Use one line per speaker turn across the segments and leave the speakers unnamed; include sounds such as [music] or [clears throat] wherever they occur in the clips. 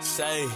Say.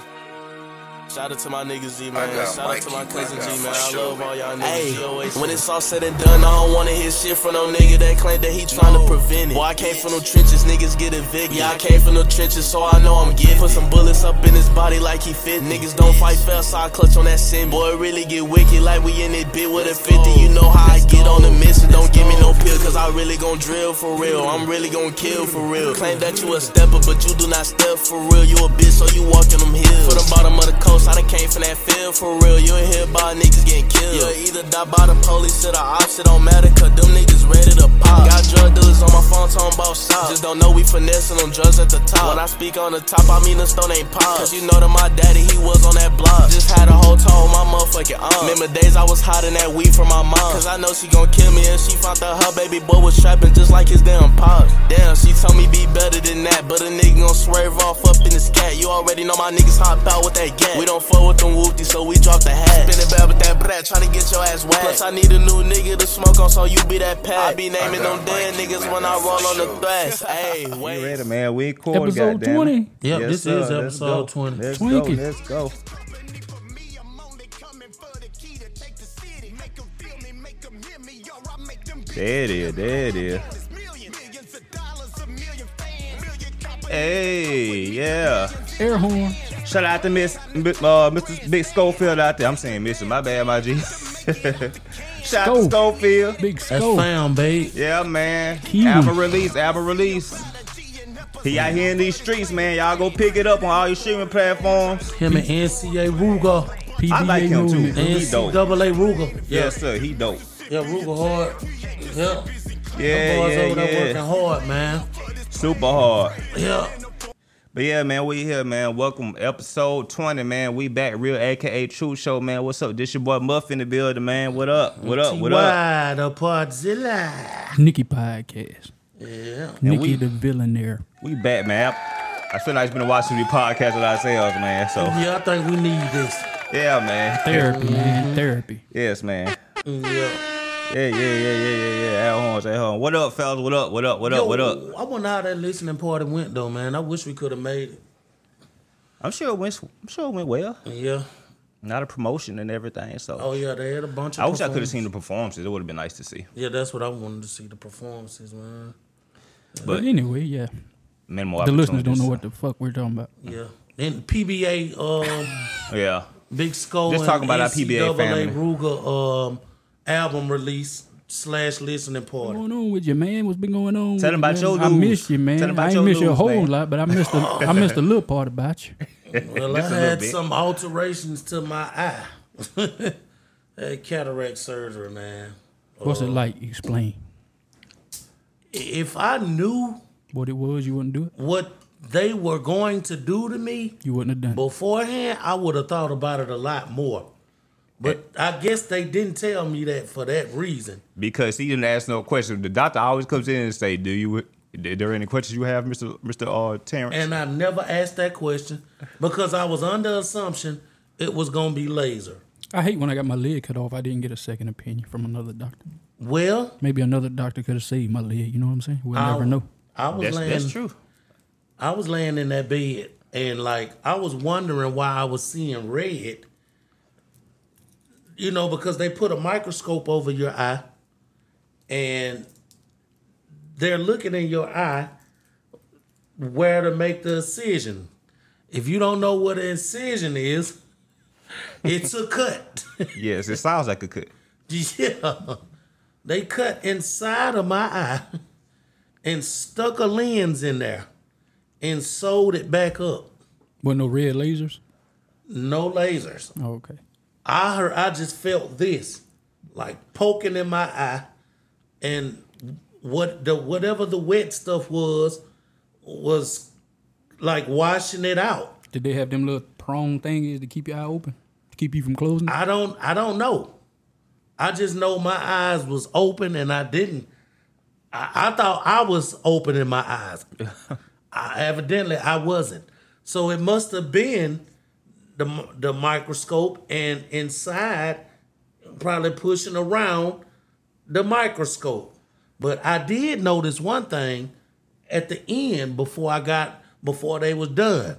Shout out to my niggas, G
I
man.
got
Shout out to my
Mikey,
cousin,
I got
G man.
for
I
sure.
love all y'all niggas. G
Ayy,
always
when it's all said and done, I don't wanna hear shit from no nigga that claim that he tryna prevent it. Boy, I came from no trenches, niggas get evicted. Yeah, I came from no trenches, so I know I'm giving. Put some bullets up in his body like he fit. Niggas don't fight fair, so I clutch on that sin. Boy, it really get wicked like we in it bit with a 50. You know how I get on the mission. Don't give me no pill, cause I really gon' drill for real. I'm really gon' kill for real. Claim that you a stepper, but you do not step for real. You a bitch, so you walking them hills. From the bottom of the coast, I done came from that field for real. You ain't hear about niggas getting killed. You either die by the police or the ops, it don't matter, cause them niggas ready to pop. Got drug dealers on my phone talking about sides. Just don't know we finessing them drugs at the top. When I speak on the top, I mean the stone ain't pop. Cause you know that my daddy, he was on that block. Just had a whole toe on my motherfucking arm. Remember days I was hiding that weed from my mom. Cause I know she gon' kill me and she found out her baby boy was trapping just like his damn pops. Damn, she told me be better than that. But a nigga gon' swerve off up in his cat. You already know my niggas hop out with that gat. We don't fuck with them whoopties, so we drop the hat. Spinning bad with that brat, tryna get your ass whacked. Plus, I need a new nigga to smoke on, so you be that pack. I be naming
got
them dead
Mikey
niggas
with
when I
that
roll
for
on
sure.
the
[laughs]
thrust. Hey, wait.
You ready, man? We cool.
Episode
goddamn it.
20.
Yep, this
sir.
is
Let's
episode
go.
20.
Let's go.
Twinkie.
Let's go. There it is. There it is. Hey, yeah.
Air horn.
Shout out to Miss B- uh, Mr. Big Schofield out there. I'm saying Mr. My bad, my G. [laughs] Shout out to
Scope.
Schofield.
Big
That's
scope.
found, babe.
Yeah, man.
Huge.
Album release, album release. He out here in these streets, man. Y'all go pick it up on all your streaming platforms.
Him and NCA Ruger.
PBA
I like him too.
movement.
He dope.
NCAA Ruger.
Yes, sir. He dope.
Yeah, Ruger hard. Yeah. Them
Yeah,
boys over
yeah,
there
yeah.
working hard, man.
Super hard.
Yeah.
But yeah, man, we here, man. Welcome, episode twenty, man. We back, real AKA True Show, man. What's up? This your boy Muff in the building, man. What up? What up? What up?
Why the Podzilla?
Nikki podcast.
Yeah.
Nikki
we-
the villain there.
We back, man. I I feel like I've been watching these podcasts with ourselves, man. So
Yeah, I think we need this.
yeah, man.
Therapy, man. Therapy.
Yes, man.
Yeah.
Yeah, yeah, yeah, yeah, yeah, yeah. At home, at home. What up, fellas? What up? What up? What up? what up?
I wonder how that listening party went though, man. I wish we could have made it.
I'm sure it went. I'm sure it went well.
Yeah.
Not a promotion and everything. So
Oh yeah, they had a bunch of.
I wish I could have
performances.
seen the performances. It would have been nice to see.
Yeah, that's what I wanted to see the performances, man.
But,
But
anyway, yeah.
minimal.
The listeners don't know
opportunities.
what the fuck we're talking about.
Yeah. Then PBA, um,
Yeah.
Big Skull.
Just
and
talking about our
NCAA
PBA family.
Ruger um, album release slash listening
What's
party.
going on with you, man? What's been going
Tell
on? with
'em
you,
about your
man? I
lose.
missed you, man.
Tell 'em about
I
your
ain't missed you a
lose,
whole
man.
lot, but I
[laughs]
missed a, I missed a little part about you.
Well, I
Just a little
had
bit.
some alterations to my eye. [laughs] That cataract surgery, man.
What's it like? Explain
I- If I knew
what it was. You wouldn't do it.
what they were going to do to me,
You wouldn't have done. it.
beforehand, I would have thought about it a lot more. But
Eh.
I guess they didn't tell me that for that reason.
Because he didn't ask no questions. The doctor always comes in and say, "Do you? Are there any questions you have, Mister Mister uh, Terrence?"
And I never asked that question because I was under assumption it was gonna be laser.
I hate when I got my leg cut off. I didn't get a second opinion from another doctor.
Well,
Maybe another doctor could have saved my leg. You know what I'm saying? We'll
I,
never know.
I was
that's,
laying.
that's true.
I was laying in that bed and like I was wondering why I was seeing red. You know, because they put a microscope over your eye and they're looking in your eye where to make the incision. If you don't know what an incision is, it's a cut. [laughs]
Yes, it sounds like a cut.
yeah. They cut inside of my eye and stuck a lens in there and sewed it back up.
With no red lasers.
No lasers.
Oh, okay.
I heard I just felt this like poking in my eye and what the whatever the wet stuff was was like washing it out.
Did they have them little prong thingies to keep your eye open, to keep you from closing? it?
I don't I don't know. I just know my eyes was open and I didn't. I, I thought I was opening my eyes. I, evidently I wasn't. So it must have been the mi- the microscope and inside probably pushing around the microscope. But I did notice one thing at the end before I got before they was done.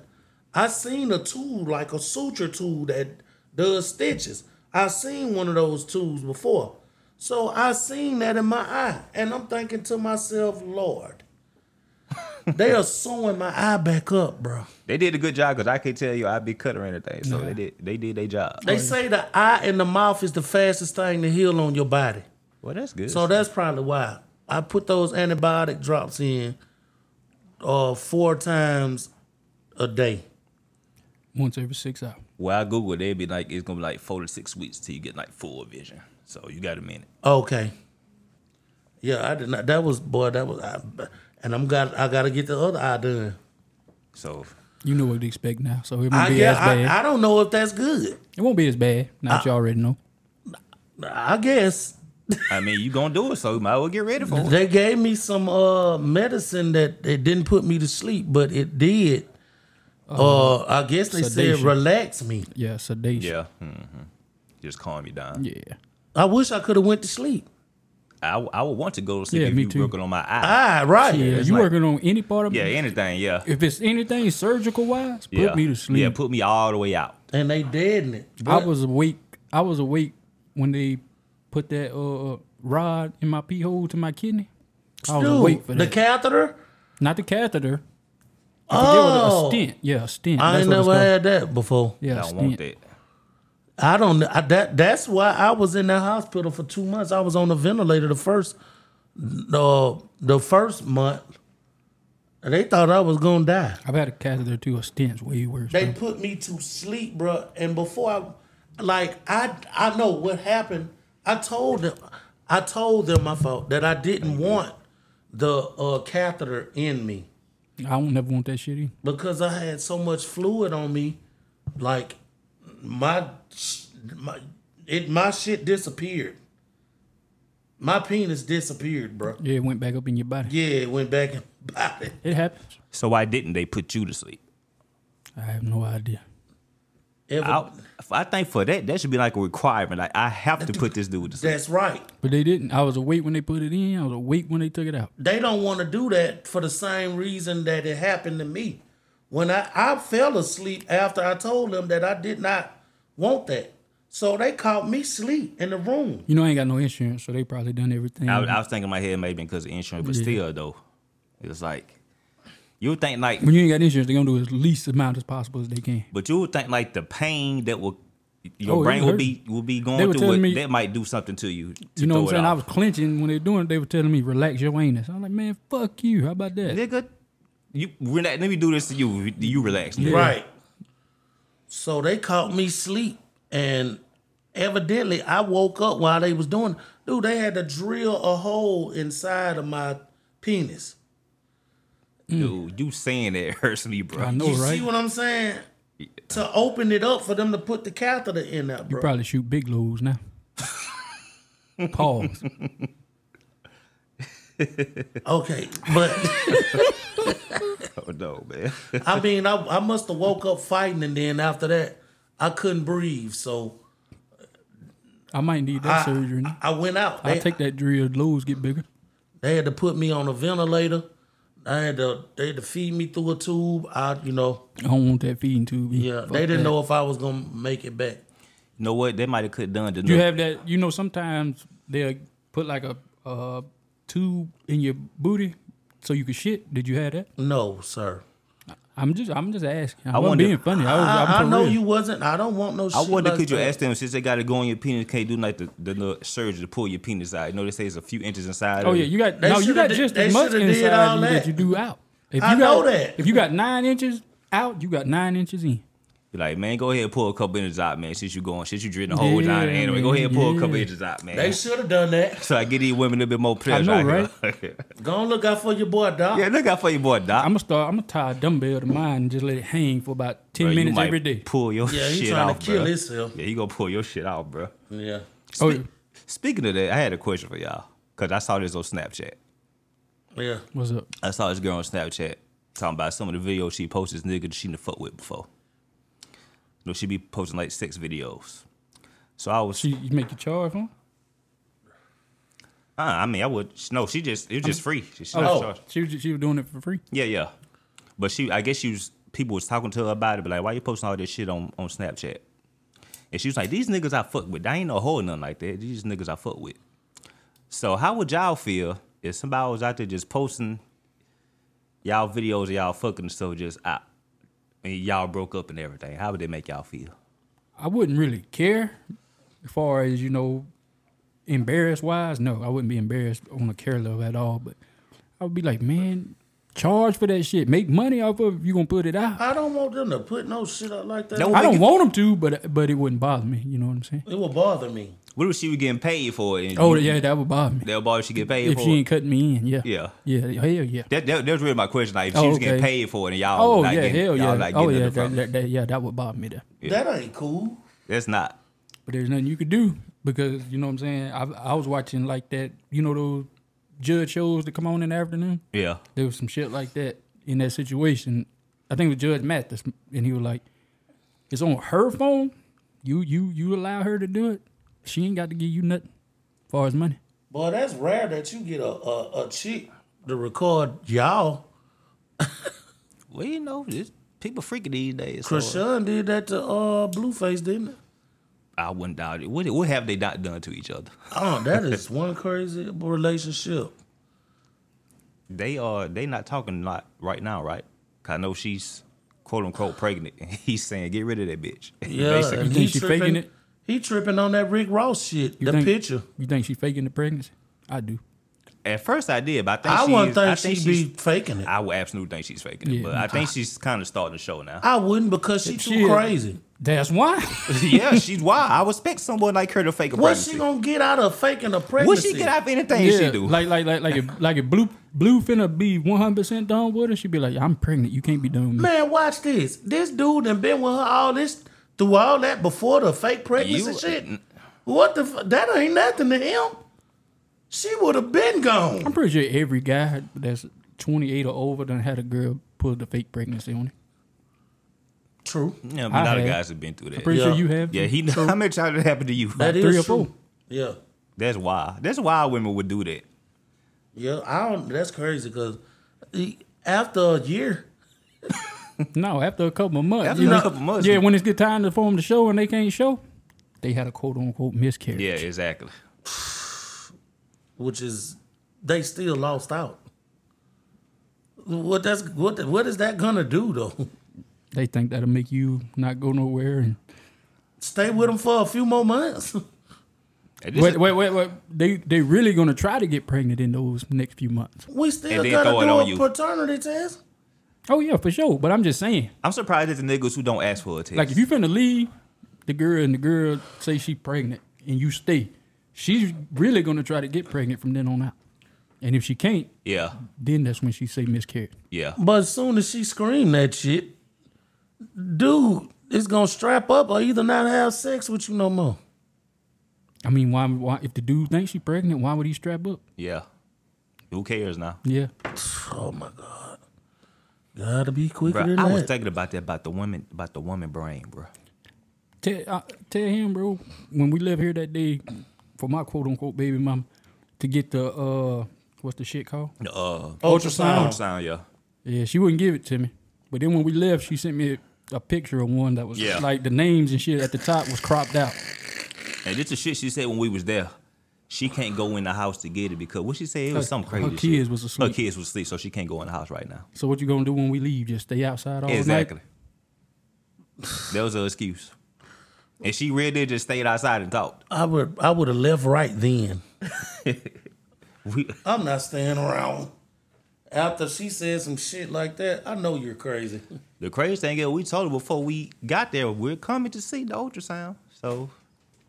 I seen a tool like a suture tool that does stitches. I seen one of those tools before. So I seen that in my eye. And I'm thinking to myself, Lord, they are sewing my eye back up, bro.
They did a good job because I can tell you I'd be cut or anything. So they did they did their job.
They say the eye and the mouth is the fastest thing to heal on your body.
Well, that's good.
So that's probably why I put those antibiotic drops in uh four times a day.
Once every six hours.
well, I Google they'd be like it's gonna be like four to six weeks till you get like full vision. So you got a minute.
Okay. Yeah, I did not. That was boy. That was. I, and I'm got. I got to get the other eye done.
So
You know what to expect now, so it won't
I
be
guess.
as bad.
I, I don't know if that's good.
it won't be as bad. Now that you already know.
I guess
I mean, you gonna do it, so you might as well get ready for it.
they gave me some uh medicine that it didn't put me to sleep, but it did. Uh, I guess they said
Uh-huh. sedation.
relax me.
Yeah, sedation.
Yeah. hmm Just calm you down.
Yeah.
I wish I could have went to sleep.
I, I would want to go to sleep
Yeah,
if
me
you
too.
working on my eye.
Ah, right.
Yeah,
it's
you
like-
working on any part of
yeah,
it?
anything. Yeah.
If it's anything surgical wise, put
yeah.
me to sleep.
Yeah, put me all the way out.
And they deadened it.
I was awake. I was awake when they put that uh rod in my pee hole to my kidney. I was
Dude,
awake for
the
that.
catheter.
Not the catheter.
Oh,
Oh, a stent. Yeah, a stent.
I
That's
ain't
what it's
never
called.
had that before.
Yeah,
I
a
don't want
stent.
that.
I don't. I, that that's why I was in that hospital for two months. I was on the ventilator the first, the the first month. And They thought I was gonna die.
I've had a catheter too. A stent's way worse.
They
bro.
put me to sleep, bruh. And before I, like I I know what happened. I told them, I told them my fault that I didn't want the uh, catheter in me.
I don't never want that shit either.
because I had so much fluid on me, like my my it my shit disappeared. My penis disappeared, bro.
Yeah, it went back up in your body.
Yeah, it went back and [laughs] bought it.
It happens.
So why didn't they put you to sleep?
I have no idea.
Ever-
I, I think for that, that should be like a requirement. Like I have to put this dude to sleep.
that's right.
But they didn't. I was awake when they put it in. I was awake when they took it out.
They don't want to do that for the same reason that it happened to me. When I, I fell asleep after I told them that I did not want that. So they caught me sleep in the room.
You know, I ain't got no insurance, so they probably done everything.
I, was- I was thinking in my head maybe because of insurance, but still though, it's like you would think like,
when you ain't got insurance, they gonna do as least amount as possible as they can.
but you would think like the pain that will your
Oh, it
brain will
hurt.
be will be
They
going
were
through
telling
it.
me-
that might do something to you. To
You know what I'm
throw it
saying? I
off.
was clenching when they doing it. They were telling me, relax your anus. I'm like, man, fuck you. How about that?
nigga. You we're not, let me do this to you. You relax, nigga.
Right. So they caught me sleep, and evidently I woke up while they was doing. Dude, they had to drill a hole inside of my penis.
dude. You saying that [laughs] hurts me, bro.
I know,
You
Oh, right?
see what I'm saying? To open it up for them to put the catheter in there, bro.
Probably shoot big loads
[laughs]
now. Pause.
Okay, but [laughs]
Oh, no, man. [laughs]
I mean, I, I must have woke up fighting, and then after that, I couldn't breathe, so
I might need that surgery.
I, I went out.
I'll
They-
take that drill. Loads get bigger.
They had to put me on a ventilator. I had to they had to feed me through a tube. I you know
I don't want that feeding tube.
yeah.
Fuck
they didn't
that.
know if I was gonna make it back.
you know what? They might have could done the
You have that. You know, sometimes they'll put like a uh, tube in your booty so you can shit. Did you have that?
No, sir.
I'm just, I'm just asking. I
wonder-
wasn't being funny. I was,
I,
Oh, I'm
I
for
know
real.
you wasn't. I don't want no.
I
shit
wonder
like
could you
that.
ask them since they got to go in your penis, can't do like the, the little surgery to pull your penis out. You know they say it's a few inches inside.
Oh
of
yeah,
it.
you got
They
no, you
shoulda
got
did-
just
they
as much
shoulda did
inside
all
you
that.
that you do out. If
I
you
know
got,
that.
If you got nine inches out, you got nine inches in.
Be like, man, go ahead and pull a couple inches out, man. Since you going, since you drilling the whole
Yeah,
down anyway, go
man,
ahead and pull a couple
yeah.
inches out, man.
They should have done that.
so I get these women a little bit more pleasure.
know,
out here.
Go and look out for your boy, Doc.
[laughs] yeah, look out for your boy Doc.
I'm gonna start. I'm gonna tie a dumbbell to mine and just let it hang for about ten
Bro, you
minutes
might
every day.
Pull your
Yeah, he
shit
trying to
off,
kill
bro.
himself.
Yeah, he gonna pull your shit out, bro.
Yeah.
Oh, yeah.
Speaking of that, I had a question for y'all because I saw this on Snapchat.
Yeah.
what's up?
I saw this girl on Snapchat talking about some of the videos she posts this nigga she done fuck with before. You know, she be posting like sex videos. So I was,
She you make your charge, huh?
uh, I mean, I would no. She just it was just free. She, she not
Oh,
charged.
she was she was doing it for free.
yeah, yeah. But she, I guess she was people was talking to her about it, but like, why you posting all this shit on, on Snapchat? And she was like, these niggas I fuck with. I ain't no hoe or nothing like that. These niggas I fuck with. So how would y'all feel if somebody was out there just posting y'all videos of y'all fucking so just out and y'all broke up and everything? How would it make y'all feel?
I wouldn't really care as far as, you know, embarrassed wise. No, I wouldn't be embarrassed on a care level at all. But I would be like, man, charge for that shit. Make money off of it if you gonna put it out.
I don't want them to put no shit up like that.
No.
I don't want them to, but but it wouldn't bother me. You know what I'm saying?
It will bother me.
What if she was getting paid for it? And
Oh
you-
yeah, that would bother me.
That boy she get paid
if
for
she
it.
ain't cutting me in, yeah,
Yeah.
yeah, hell yeah.
That, that that's really my question. Like if she
Oh,
was getting
okay.
paid for it and y'all
Oh
not
yeah,
getting,
hell yeah.
y'all not
oh
getting
yeah,
nothing
that,
from it.
that, that- yeah, that would bother me there.
That ain't cool.
That's not.
But there's nothing you could do because you know what I'm saying. I I was watching like that, you know those judge shows that come on in the afternoon.
Yeah.
There was some shit like that in that situation. I think it was Judge Mathis, and he was like, "It's on her phone. You you you allow her to do it. She ain't got to give you nothing, as far as money."
Boy, that's rare that you get a a, a chick to record y'all.
Well, you know, this, people freaky these days. so
Krishan did that to uh Blueface, didn't it?
I wouldn't doubt it. What what have they not done to each other? [laughs]
Oh, that
[laughs]
is one crazy relationship.
They are they not talking a lot right now, right? 'Cause I know she's quote unquote pregnant, and [laughs] he's saying get rid of that bitch. [laughs]
Yeah,
Basically.
and
You think
he
she
tripping,
faking it?
He tripping on that Rick Ross shit. the
think-
picture.
You think she faking the pregnancy? I do.
At first I did, but I think
I
she
wouldn't
is-
think,
I think
she'd
she's,
be faking it. I,
I would absolutely think she's faking it,
Yeah.
but I think she's kind of starting to show
[laughs]
now. [laughs]
wouldn't because she too
Shit.
crazy.
That's why.
yeah, she's wild. I would expect someone like her to fake a
What's
pregnancy.
she gonna get out of faking a
Would
pregnancy?
she get out of anything she do?
Like like like like if like if blue blue finna be one hundred percent done with her, she'd be like, I'm pregnant. You can't be done with me.
Man, watch this. This dude done been with her all this through all that before the fake pregnancy
You-
shit. What the? F- that ain't nothing to him. She would have been
I'm
gone.
pretty sure every guy that's twenty eight or over done had a girl pull the fake pregnancy on him.
True.
yeah, a
I
lot of
have.
guys have been through that.
Pretty
Yeah.
sure you have.
Yeah,
too.
he. [laughs] How many times did it happen to you?
That is
three or
true.
four.
Yeah,
That's why. That's why women would do that.
yeah. I don't. That's crazy because after a year,
No, after a couple of months.
After
you
a
know-
couple months,
Yeah,
you-
when it's good time to form the show and they can't show, they had a quote unquote miscarriage.
Yeah, exactly.
which is they still lost out. What that's what the- what is that gonna do though?
They think that'll make you not go nowhere and
Stay with them for a few more months. [laughs]
And this
wait,
is-
wait, wait, wait. They they really gonna try to get pregnant in those next few months.
We still
And then
gotta
throw it on
do a
you.
paternity test.
Oh yeah, for sure. But I'm just saying,
I'm surprised at the niggas who don't ask for a test.
like if you finna leave the girl and the girl say she pregnant and you stay, she's really gonna try to get pregnant from then on out. And if she can't,
yeah,
then that's when she say miscarriage.
yeah.
But as soon as she screamed that shit, dude, it's gonna strap up or either not have sex with you no more.
I mean, why? Why? If the dude thinks she pregnant, why would he strap up?
Yeah. Who cares now?
Yeah,
Oh my god. Gotta be quicker
Bruh,
than
I
that.
was thinking about that about the woman about the woman brain, bro.
tell, uh, tell him, bro. When we left here that day for my quote unquote baby mama to get the uh, what's the shit called?
The uh,
Oh,
Ultrasound.
sound, yeah.
Yeah, she wouldn't give it to me. But then when we left, she sent me a, a picture of one that was
Yeah.
like the names and shit at the top was cropped out.
And this is shit she said when we was there. She can't go in the house to get it because what she said it was
Her-
some crazy.
her kids
shit.
was
Her
asleep.
kids was asleep, so she can't go in the house right now.
So what you gonna do when we leave? Just stay outside all
exactly.
night?
that was her excuse, and she really did just stayed outside and talked.
I would I would have left right then.
We,
I'm not staying around. After she said some shit like that, I know you're crazy. [laughs]
The crazy thing is, we told her before we got there, we're coming to see the ultrasound. So,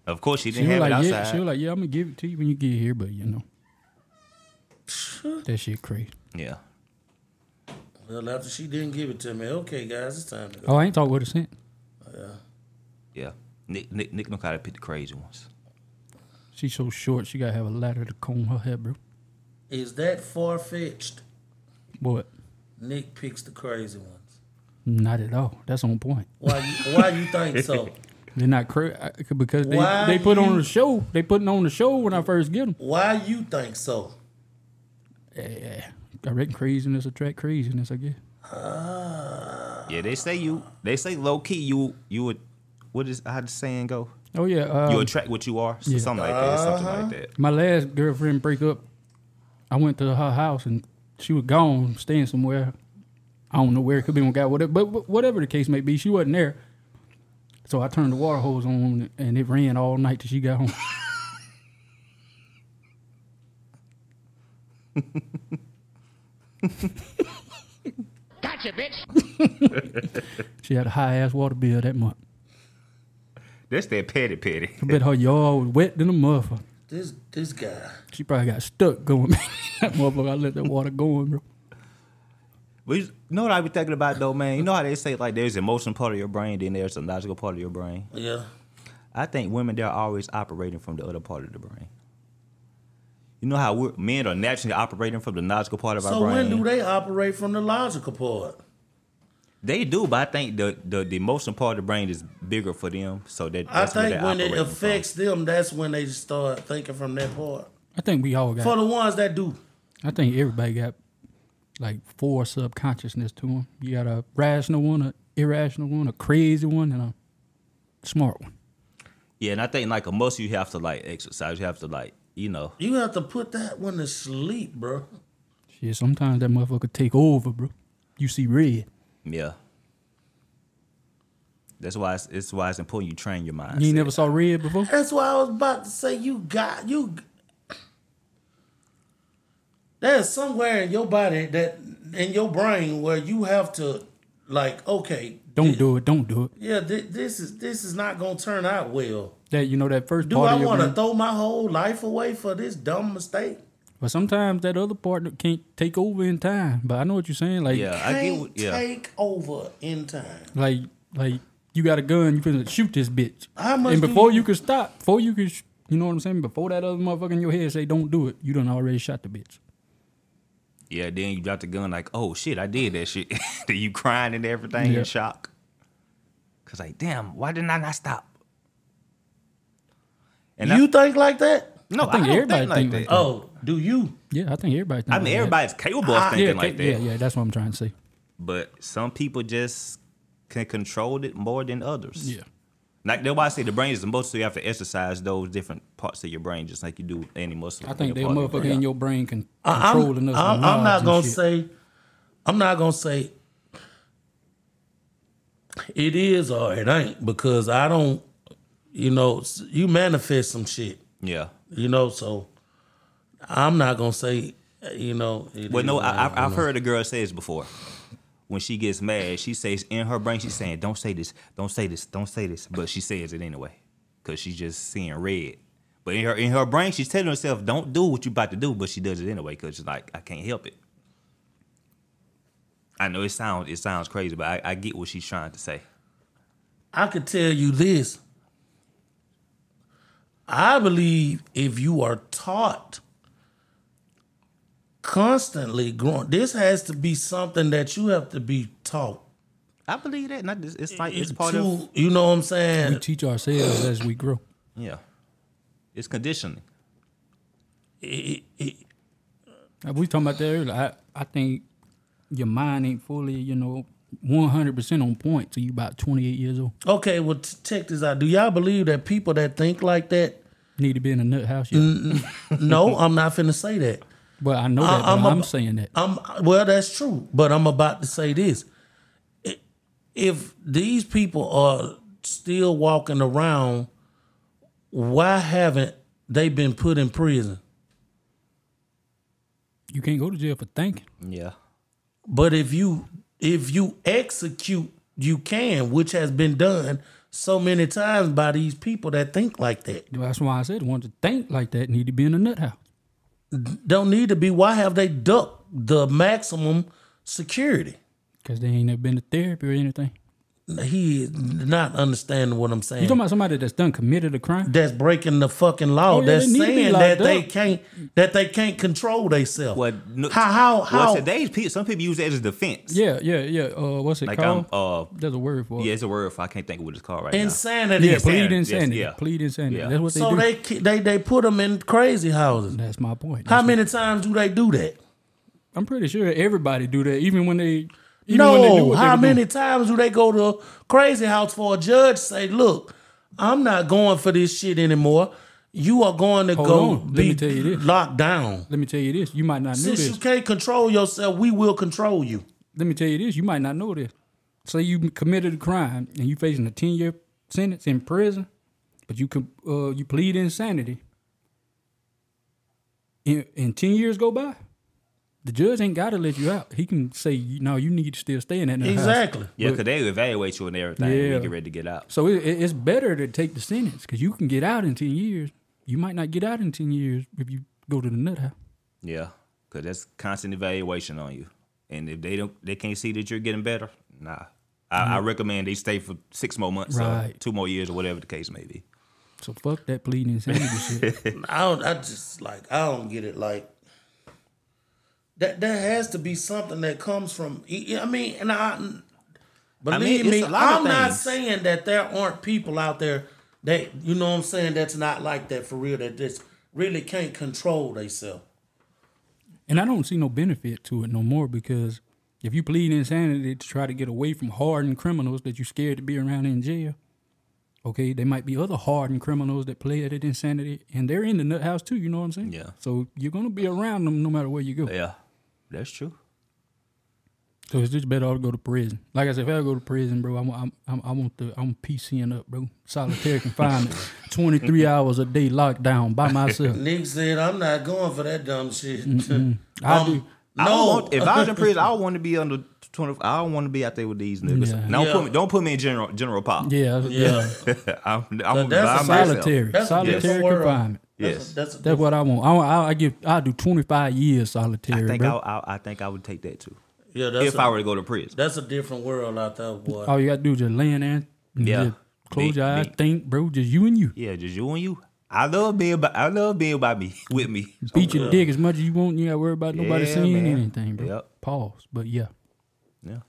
of course, she
She
didn't
was
have it
like, yeah. She
outside.
was like, yeah, I'm gonna give it to you when you get here, but you know. That shit crazy.
yeah.
Well, after she didn't give it to me, okay, guys, it's time to go.
Oh, I ain't talking with her since.
Yeah. Nick, Nick, Nick know how to pick the crazy ones.
She's so short, she gotta have a ladder to comb her hair, bro.
Is that far fetched?
What?
Nick picks the crazy ones.
Not at all. That's on point.
Why you, why you think so?
They're not cra- I- because they,
Why
they put on
you-
the show. They putting on the show when I first get them.
Why you think so?
Yeah, I reckon craziness attract craziness. I guess.
Ah.
Yeah, they say you. They say low key you you would. What is how the saying go?
Oh yeah. Um,
You attract what you are. So
yeah.
Something like that. Something like that.
my last girlfriend break up, I went to her house and she was gone, staying somewhere. I don't know where it could be on God, whatever. But but whatever the case may be, she wasn't there. So I turned the water hose on and it ran all night till she got home. [laughs]
Gotcha, bitch.
she had a high ass water bill that month.
That's that petty petty. [laughs]
I bet her yard was wet than a motherfucker.
This this guy.
She probably got stuck going. [laughs] that motherfucker, I let that water go in, bro.
But you know what I be thinking about though, man. You know how they say like there's emotional part of your brain, then there's the logical part of your brain.
Yeah.
I think women they're always operating from the other part of the brain. You know how we're, men are naturally operating from the logical part of
So
our brain.
when do they operate from the logical part?
They do, but I think the the, the emotional part of the brain is bigger for them. So that
I
that's where
think
they're
when it
operating from.
affects them, that's when they start thinking from that part.
I think we all got.
For the ones that do.
I think everybody got like four subconsciousness to them. You got a rational one, a irrational one, a crazy one, and a smart one.
Yeah, and I think like a muscle you have to like exercise. You have to like you know.
You have to put that one to sleep, bro.
Shit, sometimes that motherfucker take over, bro. You see red.
Yeah. That's why it's, it's why it's important you train your mind.
You ain't never saw red before.
That's why I was about to say you got you. There's somewhere in your body that in your brain where you have to, like, okay,
Don't do it. Don't do it.
yeah, thi- this is this is not gonna turn out well.
That you know that first
Do
part
I
of your
want to
brain-
throw my whole life away for this dumb mistake?
But sometimes that other part that can't take over in time. But I know what you're saying. Like
yeah, I get.
Can't
what- Yeah,
take over in time.
like like you got a gun, you finna shoot this bitch.
How much
and
do
before you,
you-
can stop, before you can, sh- you know what I'm saying? Before that other motherfucker in your head say don't do it, you done already shot the bitch.
yeah. Then you drop the gun like, oh shit, I did that shit. [laughs] then you crying and everything
Yeah.
in shock. Cause like, damn, why didn't I not stop? And
you think like that?
I, no,
I think
don't
everybody
like
think
that.
like that.
Oh, do you?
Yeah, I think everybody. Think
I mean, everybody's capable of
Ah, yeah,
thinking like that.
yeah, yeah. That's what I'm trying to say.
but some people just can control it more than others.
Yeah.
Like that's why I say the brain is the most so you have to exercise those different parts of your brain just like you do any muscle.
I think
other
they
part of your
motherfucker
brain.
in your brain can
I-
control
I'm,
enough.
I'm,
knobs
I'm not
and
gonna
shit.
say. I'm not gonna say. It is or it ain't because I don't. You know, s- you manifest some shit.
Yeah.
You know, so I'm not gonna say. You know. it
Well,
is
no,
or
I,
it
I've, I've heard a girl say this before. When she gets mad, she says in her brain, she's saying, "Don't say this, don't say this, don't say this," but she says it anyway because she's just seeing red. But in her in her brain, she's telling herself, "Don't do what you're about to do," but she does it anyway because she's like, "I can't help it." I know it sounds it sounds crazy, but I, I get what she's trying to say.
I could tell you this. I believe if you are taught constantly growing, this has to be something that you have to be taught.
I believe that, and I just, it's like it's
It-
part
to-
of
you know what I'm
we
saying.
teach ourselves as we grow.
yeah, it's conditioning.
It- it-
Like, Uh, we talking about that earlier. I, I think your mind ain't fully, you know, 100 percent on point till you about 28 years old.
okay, well, t- check this out. Do y'all believe that people that think like that?
Need to be in a nut house,
Mm.
yeah.
No, I'm not finna say that.
But I know that.
I- I'm
but
a-
I'm saying that.
I'm well, that's true. But I'm about to say this: I- if these people are still walking around, why haven't they been put in prison?
You can't go to jail for thinking.
Yeah,
But if you if you execute, you can, which has been done so many times by these people that think like that.
That's why I said ones that think like that need to be in a nut house.
Don't need to be. Why have they ducked the maximum security?
Cause they ain't never been to therapy or anything.
He is not understanding what I'm saying.
You talking about somebody that's done committed a crime?
that's breaking the fucking law.
Oh, yeah,
that's
they need to be
saying
locked
that they
up.
can't that they can't control themselves.
well, no,
how how how
well, today's people, some people use that as defense.
Yeah, yeah, yeah. Uh, what's it
like
called?
um,
I'm uh,
There's a word for it.
yeah, it's a word for I can't think of what it's called right now.
insanity?
Yeah, plead
Insanity, yes,
insanity.
yeah.
Plead insanity.
Yeah.
That's what they
so
do.
they ki- they they put them in crazy houses.
That's my point.
How
That's-
many times do they do that?
I'm pretty sure everybody do that, even when they Even when they knew
no,
what they
how
were
many
doing.
times do they go to crazy house for a judge say, "Look, I'm not going for this shit anymore. You are going to
Hold
go
on. Let
be
me tell you this.
locked down.
Let me tell you this. You might not know
Since you
this. Uh-huh.
can't control yourself, we will control you."
Let me tell you this. You might not know this. Say you committed a crime and you facing a ten year sentence in prison, but you com- uh, you plead insanity. And, and ten years go by, the judge ain't got to let you out. He can say, "No, you need to still stay in that." house."
Exactly.
Yeah, because they evaluate you and everything. Yeah.
Yeah.
You get ready to get out.
So it, it- it's better to take the sentence because you can get out in ten years. You might not get out in ten years if you go to the nut house.
Yeah, because that's constant evaluation on you. And if they don't, they can't see that you're getting better. Nah, I,
Mm-hmm.
I recommend they stay for six more months, or
Right.
two more years, or whatever the case may be.
So fuck that pleading insanity shit.
I don't. I just like I don't get it. Like that. There has to be something that comes from. I mean, and I believe
it's
me.
a lot of
I'm not
things.
saying that there aren't people out there that you know. what I'm saying that's not like that for real. That just really can't control themselves.
And I don't see no benefit to it no more because if you plead insanity to try to get away from hardened criminals that you're scared to be around in jail, okay, there might be other hardened criminals that play at it insanity and they're in the nut house too, you know what I'm saying?
Yeah.
So you're gonna be around them no matter where you go.
Yeah, that's true.
So it's just better all to go to prison. Like I said, if I go to prison, bro, I'm I'm, I'm I want the I'm PCing up, bro. Solitary [laughs] confinement,
[laughs]
23 hours a day lockdown by myself.
Nick said, "I'm not going for that dumb shit."
I
[laughs] Um,
do.
I don't
No,
want, if I
[laughs]
was in prison, I would want to be under twenty. I don't want to be out there with these niggas.
Yeah.
Don't
Yeah.
put me. Don't put me in general general pop.
Yeah, yeah.
yeah,
[laughs] I'm, I'm
that's
by
a
myself.
Solitary,
That's a different
solitary
world.
confinement.
Yes,
that's a,
That's what I want. I, want- I, I give. I do twenty five years solitary,
I think I,
bro.
I, I think I would take that too
yeah. That's
if
a,
I were to go to prison.
that's a different world out there, boy.
All you gotta do is just lay in there. And
Yeah.
Just close
Big,
your eyes,
big.
think, bro. Just you and you.
Yeah, just you and you. I love being by. I love being by me [laughs] with me.
Beat your dick as much as you want. You ain't gotta worry about nobody
Yeah,
seeing
man.
anything, bro.
Yep.
Pause. But yeah.
Yeah.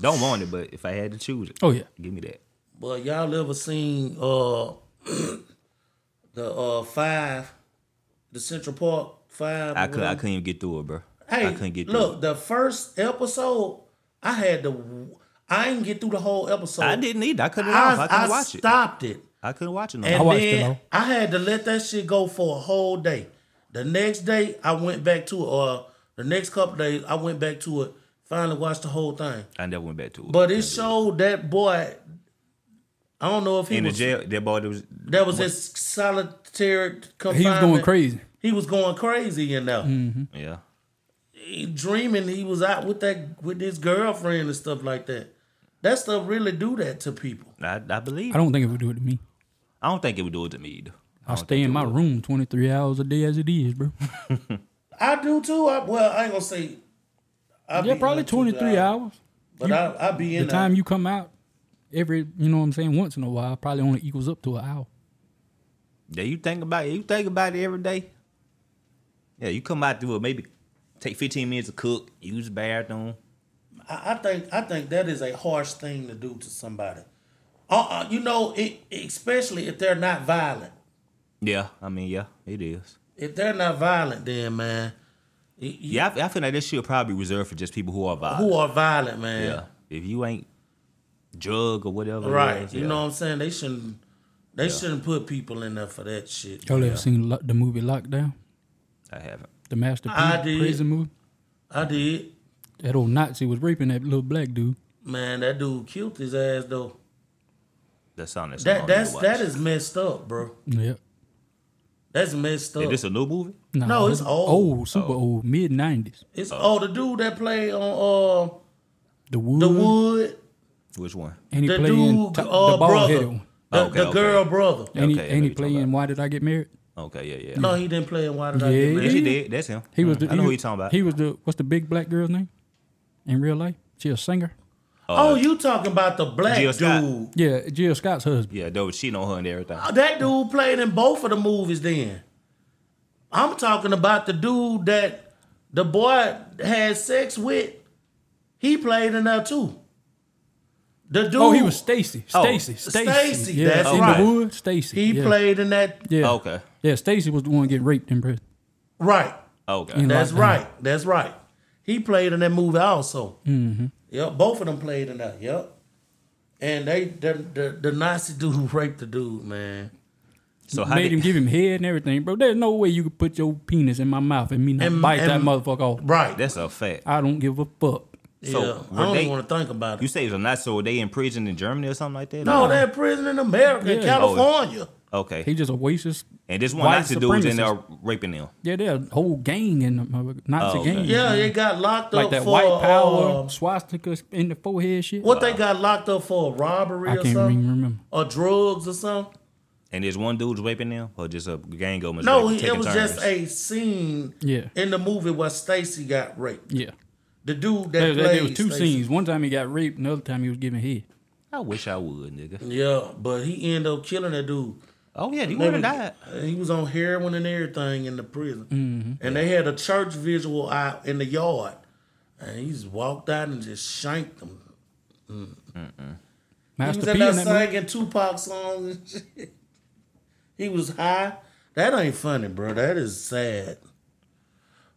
Don't want it, but if I had to choose it,
Oh yeah.
give me that.
Well, y'all ever seen uh [clears throat] the uh five, the Central Park five?
I
or
could I
whatever?
couldn't even get through it, bro.
Hey,
I couldn't get through
look,
it.
the first episode, I had to. I didn't get through the whole episode.
I didn't either. I couldn't
I,
off. I couldn't
I
watch it.
stopped it,
I couldn't watch it. No.
and
more.
watched it
then
all.
I had to let that shit go for a whole day. The next day, I went back to it, or the next couple days, I went back to it. Finally, watched the whole thing.
I never went back to it.
But it showed that boy. I don't know if he
in the
was
jail, that boy that was
That was his solitary confinement.
He was going crazy. Mm.
He was going crazy in there.
yeah.
He dreaming he was out with that with his girlfriend and stuff like that. That stuff really do that to people.
I, I believe. I
I
don't,
don't think it would do it to me.
think it would do it to me either.
I stay in my room twenty three hours a day as it is, bro.
I do too. I, well, I ain't gonna say. I be
yeah,
in
probably
there too,
twenty three hours.
But I I be
The
in
time you come out, every you know what I'm saying, once in a while, probably only equals up to an hour.
Yeah, you think about it. You think about it every day. Yeah, you come out to it. Maybe take fifteen minutes to cook, use the bathroom.
I, I think I think that is a harsh thing to do to somebody. Uh, uh you know, it, especially if they're not violent.
Yeah, I mean, yeah, it is.
If they're not violent, then man, you, you-
Yeah, I, I feel like this should probably be reserved for just people who are violent.
who are violent, man.
yeah, if you ain't drug or whatever, it
Right.
is,
You
yeah.
know what I'm saying? They shouldn't they shouldn't put people in there for that shit.
Y'all ever seen Lo- the movie Lockdown?
I haven't.
The Master
I
P
did.
prison movie.
I did.
That old Nazi was raping that little black dude.
Man, that dude killed his ass though.
That sound like something
That
I
that's
need to
that
watch.
is messed up, bro.
Yeah.
That's messed
Is
up.
this a new movie?
No, it's
this-
old.
Old, super
Oh.
old, mid nineties.
It's
uh,
oh the dude that played on uh
The wood,
the wood,
Which one?
and he
the
played in
dude
top,
uh
the bald
brother.
headed one.
The,
Okay,
the
okay.
girl brother.
And he,
Okay, I know
and he
you're talking
played in
about.
Why Did I Get Married?
Okay, yeah, yeah.
No, he didn't play in Why Did I
Yeah,
Get
he
yes,
Married?
he
did.
did. That's him. Mm.
He was the,
I know
he,
who you talking about. Uh,
He was the what's the big black girl's name in real life? She a singer.
Oh, you talking about the black
Jill
dude.
Scott.
Yeah, Jill Scott's husband.
yeah, though she know her and everything.
Oh, That dude played in both of the movies then. I'm talking about the dude that the boy had sex with. He played in there too. The dude
Oh, he was Stacy. Stacy. Stacy.
Stacy,
Yeah,
that's
in
right.
the wood. Stacy.
he
yeah.
played in that
Yeah.
Oh, Okay.
Yeah, Stacy was the one getting raped in prison.
right.
Okay.
You know,
That's
Lockdown. Mm-hmm.
right. That's right. He played in that movie also. Yep, both of them played in that. Yep. And they the the, the Nazi dude [laughs] who raped the dude, man.
So how
Made him
did,
give him head and everything, bro. There's no way you could put your penis in my mouth and me not
And-
bite that
and-
motherfucker off.
Right.
[laughs] that's a fact.
I don't give a fuck.
yeah.
so
I
were
don't
they-
even want to think about
You
it.
say it was a Nazi, so were they in prison in Germany or something like that?
No, they're in prison in America, in
Yeah.
Oh.
California.
Okay.
He just a racist.
and this one
white
Nazi dude was in there
supremacist.
raping them.
Yeah, they're a whole gang in the motherfucker. Nazi
Oh, okay.
gang.
Yeah, they got locked
Mm-hmm. Like
up
that
for
white power,
uh,
swastika in the forehead shit.
what they got locked up for robbery
I
or
can't
something,
even remember.
or drugs or something.
And this one dude was raping them, or just a gang of them was
No,
raping-
he, it
taking
was
turns?
just a scene
Yeah.
in the movie where Stacy got raped.
Yeah.
The dude that
There,
played
there- there was two
Stacy.
scenes. One time he got raped, another time he was giving head.
I wish I would, nigga.
Yeah, but he ended up killing that dude.
Oh yeah, he
They
would have
was- uh,
died.
He was on heroin and everything in the prison,
Mm-hmm.
and they had a church visual out in the yard, and he just walked out and just shanked them. He was
Master
in
P
there
in that movie.
singing Tupac songs. And [laughs] shit. he was high. That ain't funny, bro. That is sad.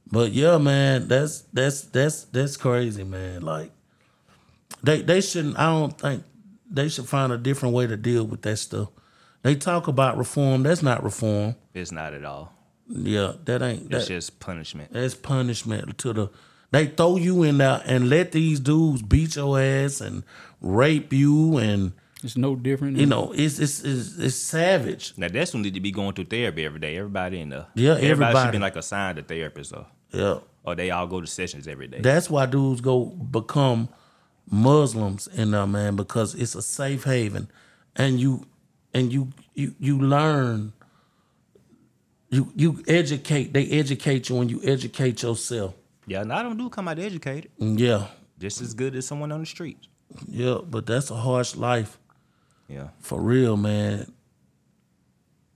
But yeah, man, that's that's that's that's crazy, man. Like they they shouldn't. I don't think they should find a different way to deal with that stuff. They talk about reform. That's not reform.
It's not at all.
Yeah, that ain't. That,
It's just punishment.
that's punishment to the. They throw you in there and let these dudes beat your ass and rape you and
It's no different.
you know it's it's it's, it's savage.
Now that's who need to be going to therapy every day. Everybody in the
Yeah,
should
everybody.
be like assigned a therapist or
Yeah,
or they all go to sessions every day.
that's why dudes go become Muslims in there, man, because it's a safe haven, and you and you you you learn. You you educate. They educate you, and you educate yourself.
yeah, now them do come out educated,
Yeah,
just as good as someone on the street.
yeah, but that's a harsh life.
Yeah,
for real, man.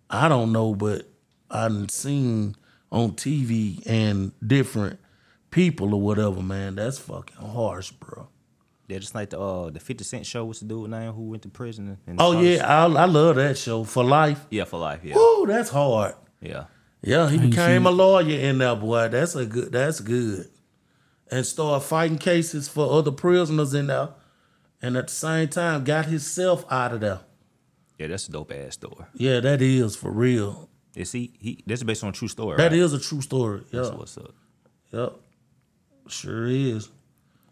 I don't know, but I've seen on TV and different people or whatever, man. That's fucking harsh, bro.
they're just like the uh, the Fifty Cent show. What's the dude name who went to prison? And
Oh yeah, I, I love that show for life.
yeah, for life. Yeah,
Woo, that's hard.
yeah.
Yeah, he became
seen
a lawyer in there, boy. That's a good. That's good. And started fighting cases for other prisoners in there, and at the same time got himself out of there.
Yeah, that's a dope ass story.
Yeah, that is for real.
You see, he that's based on a true story.
That
right?
is a true story. Yeah.
That's what's up.
Yep. Sure is.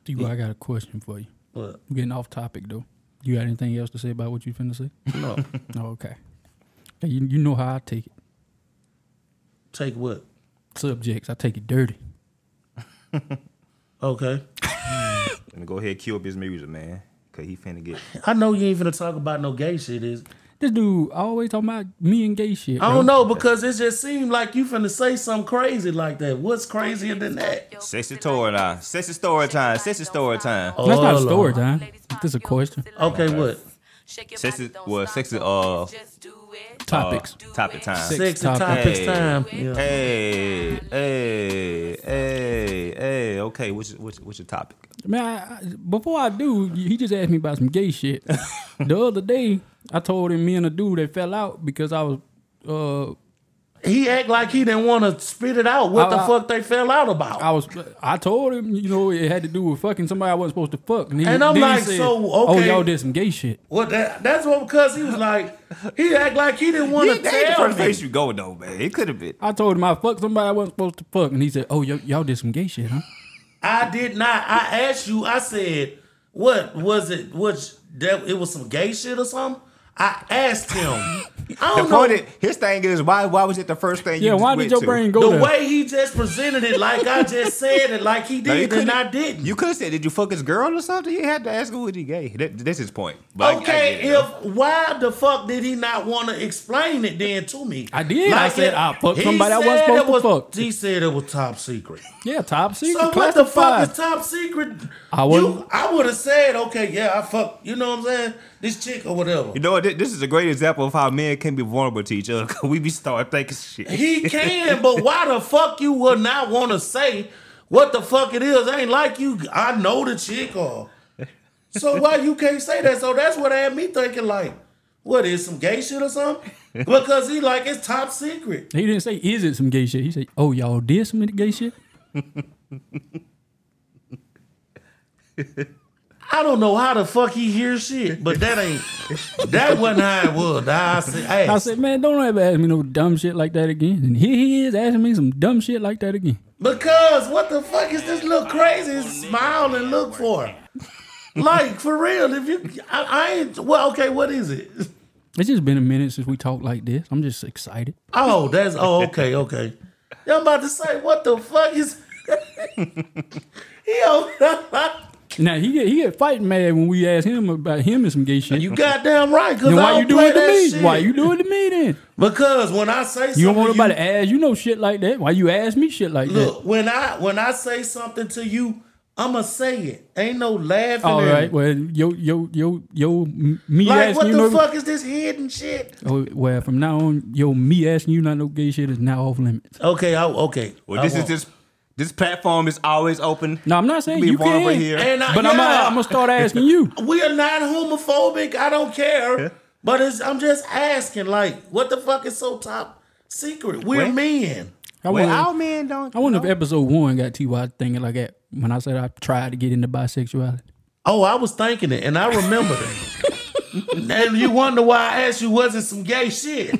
D.Y., I got a question for you.
But
We're getting off topic though. You got anything else to say about what you finna
[laughs]
say?
no.
oh, okay. Hey, You, you know how I take it.
Take what?
Subjects, I take it dirty.
Okay.
And go ahead, cue up his music, man, cause he finna get.
I know you ain't finna talk about no gay shit, is it?
This dude always talking about me and gay shit.
I
bro.
don't know because it just seemed like you finna say something crazy like that. What's crazier than that?
Sexy story time. Sexy story time. Sexy story time.
Oh,
That's not a story
Lord.
time. This is a question.
Okay, what?
Sexy. Well, sexy. Uh,
Topics.
uh, topic time.
Six
Sexy
topics.
topics
Hey.
time. Yeah.
Hey, hey, hey, hey. Okay, what's your- what's, your- what's your topic?
Man, I, I- before I do, he just asked me about some gay
[laughs]
shit. the other day, I told him me and a dude they fell out because I was uh
He act like he didn't want to spit it out. What
I-
the
I-
fuck they fell out about?
I was I told him you know it had to do with fucking somebody I wasn't supposed to fuck. he-
And
then
I'm
he
like, so,
oh
okay.
y'all did some gay shit.
what? That, that's what because he was like, he act like he didn't want to
the
tell
first
me.
place you go though, man. It could have been.
I told him I fucked somebody I wasn't supposed to fuck, and he said, oh y- y'all did some gay shit, huh?
I did not. I asked you. I said, "What was it? Was that? It was some gay shit or something?" I
[laughs]
asked him. I
The
don't know
point is, his thing is why why was it the first thing?
Yeah,
you
why
went
did your
to?
brain go
the
there?
way he just presented it, like I just
[laughs]
said it, like he
No, you
did, and
could've-
I didn't.
You could have said, "Did you fuck his girl or something?" You had to ask who was he gay. That, that's his point. But I- I get
okay,
it, though.
if why the fuck did he not want to explain it then to me?
I did. I said, I fucked somebody I wasn't
said
supposed
it
to
was-
fuck.
He said it was
[laughs]
top secret.
Yeah, top secret.
So what the fuck
classified.
is top secret?
I
you,
wouldn't-
I would have said, okay, yeah, I fuck. You know what I'm saying? This chick or whatever.
You know what? Thi- This is a great example of how men can be vulnerable to each other. 'cause we be starting thinking shit.
He can, but why the fuck you would not want to say what the fuck it is? Ain't like you. I know the chick or. So why you can't say that? So that's what had me thinking like, what is some gay shit or something? Because he like it's top secret.
He didn't say is it some gay shit. He said, oh y'all did some gay shit.
I don't know how the fuck he hears shit, but that ain't that wasn't how it was. I said, hey,
I said, man, don't ever ask me no dumb shit like that again. And here he is asking me some dumb shit like that again.
because what the fuck is this little crazy smile and look for? Like for real, if you, I, I ain't. Well, okay, what is it?
It's just been a minute since we talked like this. I'm just excited.
Oh, that's oh, okay, okay. Yeah, I'm about to say, what the fuck is? [laughs] he over-
Now he get he get fighting mad when we ask him about him and some gay shit.
You goddamn right, cause
then
I
why
don't
you do
play
it to
that
me?
shit.
Why you do it to me
[laughs]
then?
Because when I say something,
You don't want nobody to ask you no shit like that. Why you ask me shit like
look when I when I say something to you, I'ma say it. Ain't no laughing.
that? All
and-
right. Well, yo yo yo yo m- me
Like
asking
what
you
the
no.
fuck is this hidden shit?
Oh, well, from now on, yo me asking you not no gay shit is now off limits.
Okay, I, okay.
Well,
I
this is
won't.
this this platform is always open.
No, I'm not saying
Be
you
vulnerable
can.
here.
And I,
But I'm
yeah,
I'm gonna start asking you.
we are not homophobic. I don't care. But it's, I'm just asking, like, what the fuck is so top secret? We're
Well-
men.
I
Well,
wonder-
our men don't.
I wonder
you
if episode one got Ty thinking like that when I said I tried to get into bisexuality.
Oh, I was thinking it, and I remembered it. and you wonder why I asked you, was it some gay shit?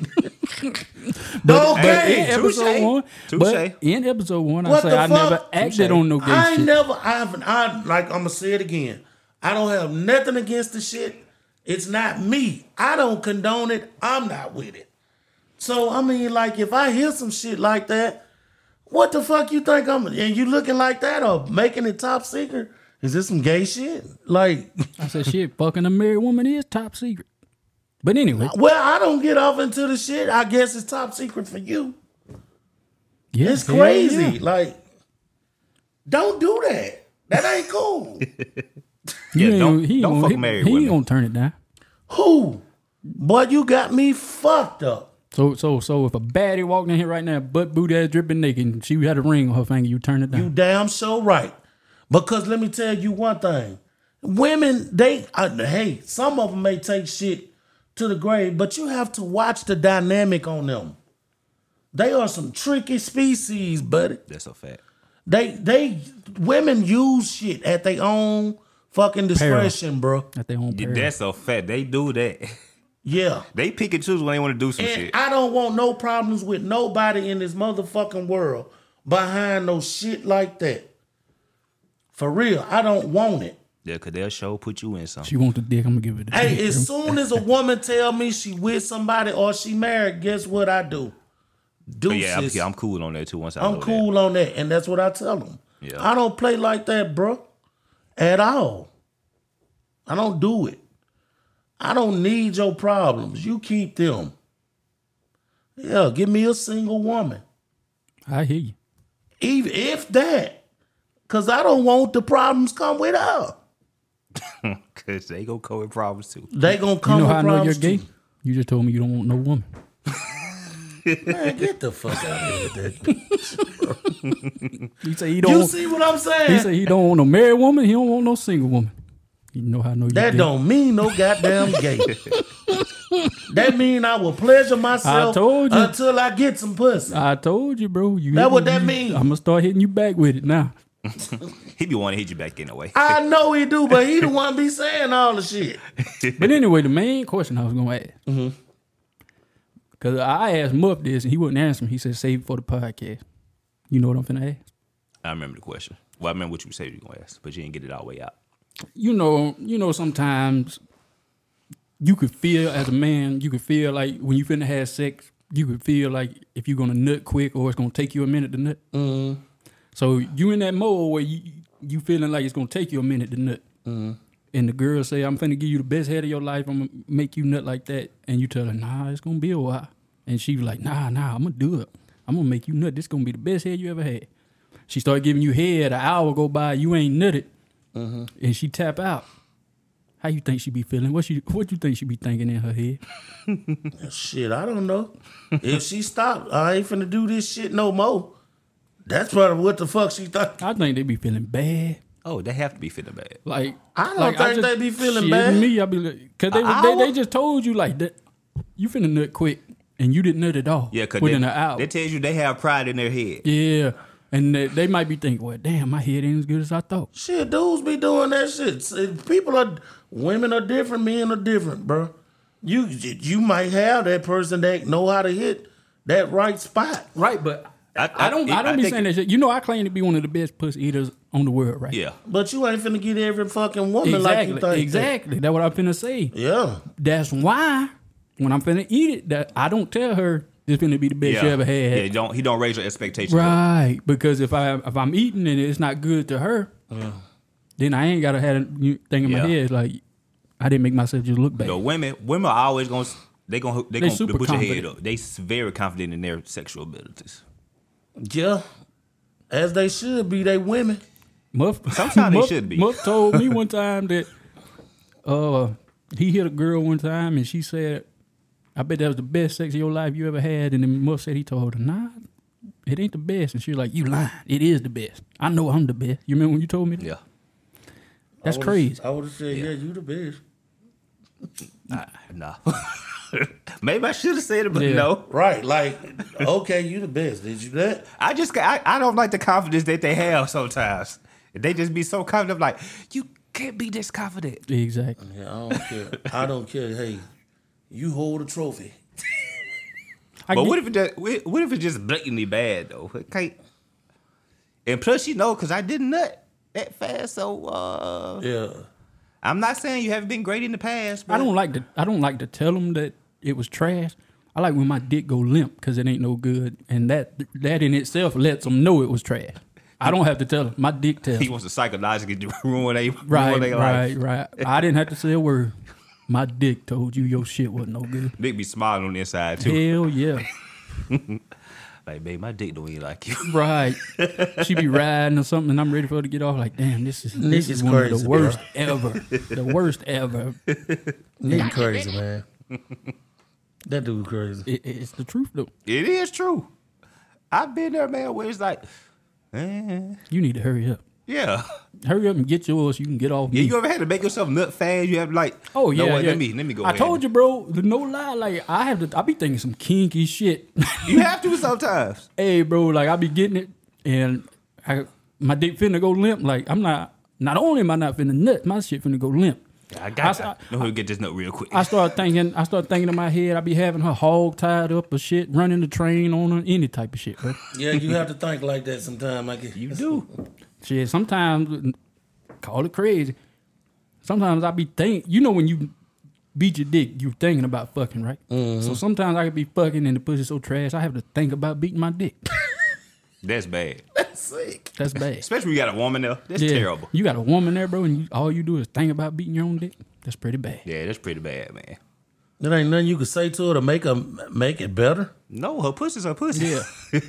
don't
In
gay.
it-
episode
Touche.
one,
Touche.
but in episode one, I
What
say
the
I never
fuck?
acted on no gay
I
shit.
never, I haven't, I, like, I'm going to say it again. I don't have nothing against the shit. It's not me. I don't condone it. I'm not with it. So, I mean, like, if I hear some shit like that, what the fuck you think I'm, and you looking like that or making it top secret? Is this some gay shit? Like,
I said shit, fucking a married woman is top secret. But anyway,
Well, I don't get off into the shit. I guess it's top secret for you.
yeah,
It's
hell
crazy.
yeah.
Like, don't do that. That ain't cool.
[laughs] You ain't
don't-
gonna- he ain't
don't
gonna-
fuck
he-
married
He
women.
ain't gonna turn it down.
Who? Boy, you got me fucked up.
So so so if a baddie walked in here right now, butt booty ass dripping naked, and she had a ring on her finger, you turn it down.
You damn so right. Because let me tell you one thing. Women, they uh, hey, some of them may take shit to the grave, but you have to watch the dynamic on them. They are some tricky species, buddy.
That's a fact.
They they women use shit at their own fucking discretion, bro.
at their own
Yeah,
peril.
That's a fact. They do that.
Yeah.
They pick and choose when they want to do some
And
shit.
I don't want no problems with nobody in this motherfucking world behind no shit like that. For real, I don't want it.
yeah, cause they'll show put you in something.
She want the dick, I'm gonna give it. [laughs]
Hey, as soon as a woman tell me she with somebody or she married, guess what I do?
But yeah, I'm,
Deuces.
yeah, I'm cool on that too. Once I
I'm
know
cool on that, and that's what I tell them.
Yeah.
I don't play like that, bro, at all. I don't do it. I don't need your problems. You keep them. Yeah, give me a single woman,
I hear you.
even if that, because I don't want the problems come with her.
that. cause they go co with problems too.
They gonna
You
come
know
with
how I know you're
problems
gay?
too.
You just told me you don't want no woman.
Man, get the fuck out of here
[laughs]
with that.
You say he
You
don't.
see what I'm saying?
He say he don't want no married woman. He don't want no single woman. You know how I know you
that
gay.
don't mean no goddamn gay. that mean I will pleasure myself
told you.
until I get some pussy.
I told you, bro. You
That what that mean?
I'm gonna start hitting you back with it now.
He be wanting to hit you back in a way.
I know he do, but he the one be saying all the shit.
But anyway, the main question I was gonna ask,
Mm-hmm.
because I asked Muff this and he wouldn't answer me. He said, "Save it for the podcast." You know what I'm finna ask?
I remember the question. Well, I remember what you said you were gonna ask, but you didn't get it all the way out.
you know, you know, sometimes you could feel as a man, you could feel like when you finna have sex, you could feel like if you're gonna nut quick or it's gonna take you a minute to nut. So you in that mode where you you feeling like it's gonna take you a minute to nut. And the girl say, "I'm finna give you the best head of your life. I'm gonna make you nut like that." And you tell her, "Nah, it's gonna be a while." And she was like, "Nah, nah, I'm gonna do it. I'm gonna make you nut. This gonna be the best head you ever had." She start giving you head. An hour go by, you ain't nutted Mm-hmm. and she tap out. How you think she be feeling? What she what you think she be thinking in her head?
Shit, I don't know. If she stopped, I ain't finna do this shit no more. That's probably what the fuck she thought.
I think they be feeling bad.
Oh, they have to be fitting bad.
Like
I don't
like,
think they be feeling
shit,
bad.
Me, I be like, cause they,
An
they they
hour?
just told you like that. You finna nut quick, and you didn't nut at all.
Yeah, cause
within
they,
an hour.
they tells you they have pride in their head.
yeah, And they, they might be thinking, well, damn, my head ain't as good as I thought.
Shit, dudes be doing that shit. See, People are, women are different, men are different, bro. You you might have that person that know how to hit that right spot.
Right, but
I-
I,
I-
don't. I, don't
I
be
think-
saying that shit. You know, I claim to be one of the best pussy eaters on the world, right?
Yeah.
But you ain't finna get every fucking woman like you
exactly,
think. that-
exactly. That's what I'm finna say.
Yeah.
That's why when I'm finna eat it, that I don't tell her this finna be the best
Yeah.
you ever had.
Yeah, don't he don't raise your expectations. up.
Right, because if I if I'm eating and it's not good to her, then I ain't gotta have a new thing in
Uh. Yeah.
my head like I didn't make myself just look bad.
The women women are always gonna s- they gonna they, gonna
super
put your head
confident.
up. They s- very confident in their sexual abilities.
Yeah. As they should be, they women.
Muff,
Sometimes they
[laughs] Muff-
should be.
Muff told
[laughs]
me one time that uh he hit a girl one time and she said, "I bet that was the best sex of your life you ever had." And then Muff said he told her, "Nah, it ain't the best." And she was like, "You lying? It is the best. I know I'm the best. You remember when you told me that?
Yeah.
That's
I would've-
crazy.
I would have said, yeah. you the best.
Nah. [laughs] Maybe I should have said it, but
Yeah.
no.
Right. Like, okay, you the best. Did you that?
I just I, I don't like the confidence that they have sometimes. They just be so confident, like you can't be this confident.
Exactly.
Yeah, I don't care. I don't care. Hey, you hold a trophy.
I
But
get-
what if it just, what what if it's just blatantly bad though? It can't. And plus, you know, because I didn't nut that fast, so uh,
Yeah.
I'm not saying you haven't been great in the past. But
I don't like to I don't like to tell them that it was trash. I like when my dick go limp because it ain't no good, and that that in itself lets them know it was trash. I don't have to tell them. My dick tells.
[laughs] He
'em.
wants to psychologically [laughs] ruin they ruin
Right,
they
right,
life.
right. I didn't have to say a word. My dick told you your shit wasn't no good.
They be smiling on the inside [laughs] too.
Hell yeah,
Like, babe, my dick don't even like you. [laughs]
right. She be riding or something, and I'm ready for her to get off. Like, damn, this is this,
This
is,
is
one of
crazy,
the
bro.
worst ever. The worst ever. It,
Nigga crazy, man. That dude crazy.
it's the truth though.
It is true. I've been there, man. Where it's like, eh,
You need to hurry up.
yeah.
Hurry up and get yours. You can get off.
Yeah,
me.
you ever had to make yourself nut fast? You have like,
Oh
no,
yeah,
wait,
yeah.
let me let me go.
I told you, bro. the No lie, like I have to. I be thinking some kinky shit. [laughs]
you, you have to sometimes.
hey, bro, like I be getting it, and I my dick finna go limp. Like I'm not. Not only am I not finna nut, my shit finna go limp.
I
I
got.
saw-
that. No, he'll get this nut real quick.
I start thinking. I start thinking in my head. I be having her hog tied up or shit, running the train on her, any type of shit, bro.
Yeah, you have to think like that sometime. I guess.
you [laughs] do.
shit. Sometimes call it crazy. Sometimes I be think. You know when you beat your dick, you thinking about fucking, right?
Mm-hmm.
So sometimes I could be fucking and the pussy so trash, I have to think about beating my dick.
That's bad.
Sick.
That's bad.
[laughs]
Especially when you got a woman there. That's
Yeah.
terrible.
You got a woman there, bro, and you, all you do is think about beating your own dick. That's pretty
[laughs]
bad.
Yeah, that's pretty bad, man.
There ain't nothing you can say to her to make her make it better.
No, her pussy's her pussy.
Yeah.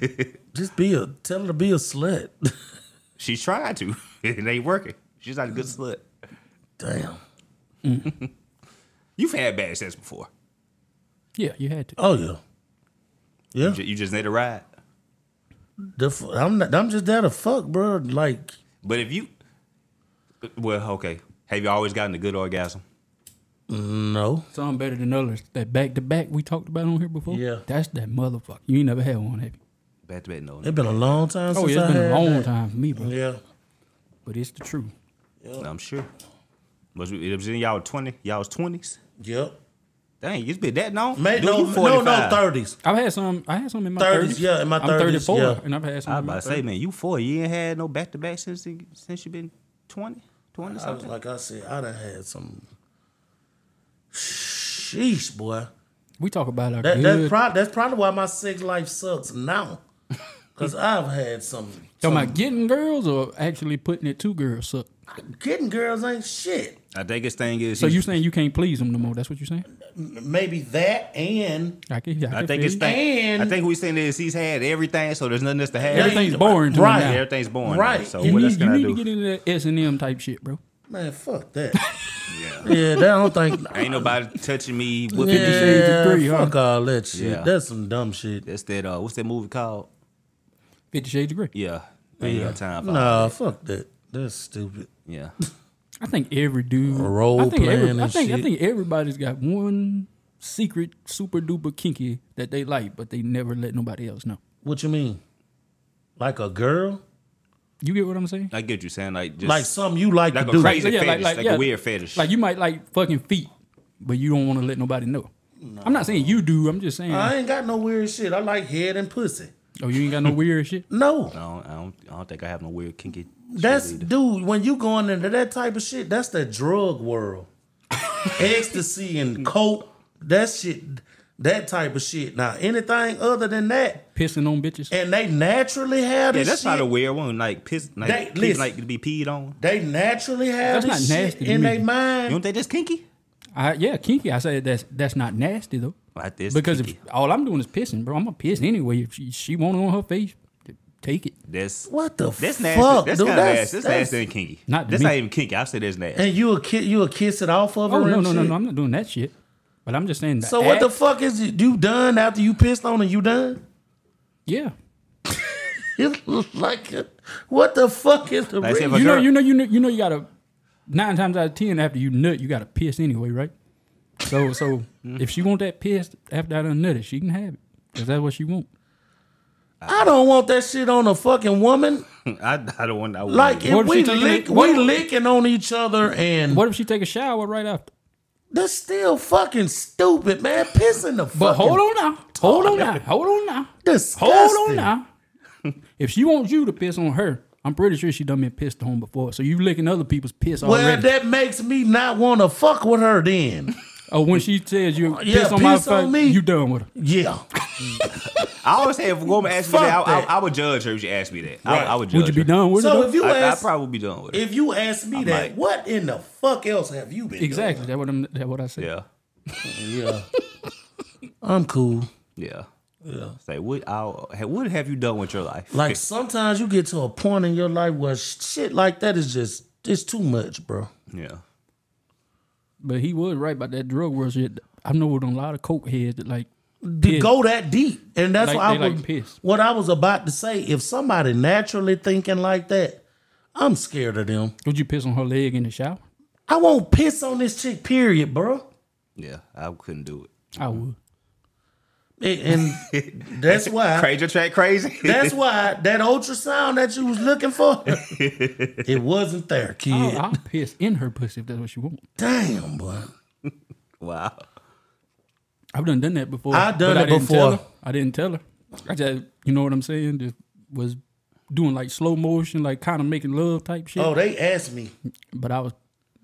Just be a tell her to be a slut. [laughs]
she tried to. [laughs] it ain't working. She's not a good slut.
Damn.
You've had bad sex before.
Yeah, you had to.
Oh yeah. Yeah.
You ju- You just need a ride.
The f- I'm not, I'm just there to fuck, bro. Like
But if you, well, okay. Have you always gotten a good orgasm?
no.
Some better than others. That back to back we talked about on here before.
Yeah.
That's that motherfucker. You ain't never had one, have you?
Back to back, no.
It's been a long time
Oh,
since
yeah,
I
it's been
had
a long
that.
time for me, bro.
Yeah.
But it's the truth.
I'm sure. Was it it was in y'all twenty? Y'all's twenties?
Yep.
Dang, it's been that long.
Mate,
Dude,
no,
you
no, no,
45.
thirties.
I've had some. I had some in my
30s,
thirties.
yeah, in my
I'm
30s,
34,
yeah.
and I've had some.
I was
in my
about to say,
30s.
man, you four. You ain't had no back to back since since you been 20, 20
I was
something.
like I said, I done had some. Sheesh, boy.
we talk about our
That, that's
good.
probably that's probably why my sex life sucks now, [laughs] because I've had some.
talking about getting girls or actually putting it to girls. So,
Kidding girls ain't shit.
I think his thing is.
so
he-
you saying you can't please them no more? That's what you're saying?
Maybe that and
I, can, I,
I think
can feel
his
you.
thing.
And-
I think what he's saying is he's had everything, so there's nothing else to have.
Everything's boring to me
Right.
now.
Everything's boring.
Right.
now, so
You
what else
need, you
can
need
I
to
do?
get into that S and M type shit, bro.
man, fuck
[laughs]
that. yeah, yeah, that don't think.
Ain't nobody touching me. With
Fifty
yeah.
Shades of Grey, huh?
fuck all that shit.
Yeah.
That's some dumb shit.
That's that. Uh, what's that movie called?
Fifty Shades of Grey.
Yeah. Ain't got time for.
Nah, fuck that. That's stupid.
Yeah.
I think every dude.
Role
I think every-
playing
I
and
think I
shit.
think everybody's got one secret super duper kinky that they like, but they never let nobody else know.
What you mean? Like a girl?
You get what I'm saying?
I get what you're saying. Like just
Like something you like,
like
to
a
do.
crazy
Yeah, like-
fetish, like,
like,
a
yeah.
weird fetish.
Like you might like fucking feet, but you don't want to let nobody know. I'm not saying you do. I'm just saying.
I ain't got no weird shit. I like head and pussy.
Oh, you ain't got no weird shit.
No.
I don't, I don't, I don't think I have no weird kinky. shit
That's
either.
dude, when you going into that type of shit, that's the drug
[laughs]
world. Ecstasy and coke. That shit that type of shit. Now anything other than that,
Pissing on bitches.
and they naturally have
yeah,
this
that's
shit.
not a weird one. Like piss, like,
They-
people
listen.
like to be peed on.
They naturally have
That's
this
not
shit
nasty to
in
me.
their
You
mind.
don't think that's kinky?
I, yeah, kinky. I said that's that's not nasty though.
Like this
Because if
kinky.
all I'm doing is pissing, bro, I'm gonna piss anyway. If she, she want it on her face, t- take it.
that's
What the
that's
fuck?
nasty. that's
dude?
kind of nasty. That's,
that's-
nasty and kinky.
Not to
that's
me.
not even kinky. I say that's nasty.
And you a kid, you a kiss it off of her.
Oh no,
and
no, no,
shit?
no! I'm not doing that shit. But I'm just saying.
So what the
act-
fuck is it? you done after you pissed on and you done?
yeah.
It looks like it. What the fuck is the
Like I said,
reason?
But
You know,
girl-
you know, you know, you know, you gotta nine times out of ten after you nut, you gotta piss anyway, right? So, so if she want that piss after I done nutted, she can have it because that's what she want.
I don't want that shit on a fucking woman.
I, I don't want. I wouldn't
Like
do
if
What if
we
she taking
lick,
it- what-
we licking on each other, and
What if she take a shower right after?
that's still fucking stupid, man. Pissing the fuck.
But hold on now, hold on now, hold on now,
disgusting.
hold on now. If she wants you to piss on her, I'm pretty sure she done been pissed on before. So you licking other people's piss
Well,
already.
that makes me not want to fuck with her then.
oh, when she says you
Yeah,
piss on my
piss on
face,
me.
you done with her.
Yeah.
I always say if a woman asks me
Fuck
that, I, I,
that.
I would judge her if she asked me that. I, I would judge
Would you be
her.
done with her?
So
though?
if you
I, I'd
ask,
probably be done with her.
if you ask me that,
might.
what in the fuck else have you been?
exactly, that's what I'm. That's what I said.
yeah,
Doing? Yeah. I'm cool.
yeah, yeah. Say what? I'll, ha- what have you done with your life?
Like sometimes you get to a point in your life where shit like that is just it's too much, bro.
[laughs] yeah,
But he was right about that drug world shit. I know with a lot of coke heads that like
To
piss.
go that deep, and that's
Like,
what I
they like
was,
piss.
what I was about to say. If somebody naturally thinking like that, I'm scared of them.
Would you piss on her leg in the shower?
I won't piss on this chick, period, bro.
yeah. I couldn't do it.
I would. [laughs]
And and that's why
Crazy track, crazy.
[laughs] that's why that ultrasound that you was looking
[laughs]
for, it wasn't there, kid.
I'll, Oh, I'll piss in her pussy if that's what she want.
Damn, boy.
wow. [laughs]
I've done done that before.
I done
but
it
I didn't tell
before.
her. I didn't tell her. I just, you know what I'm saying? Just was doing like slow motion, like kind of making love type shit.
Oh, they asked me.
But I was,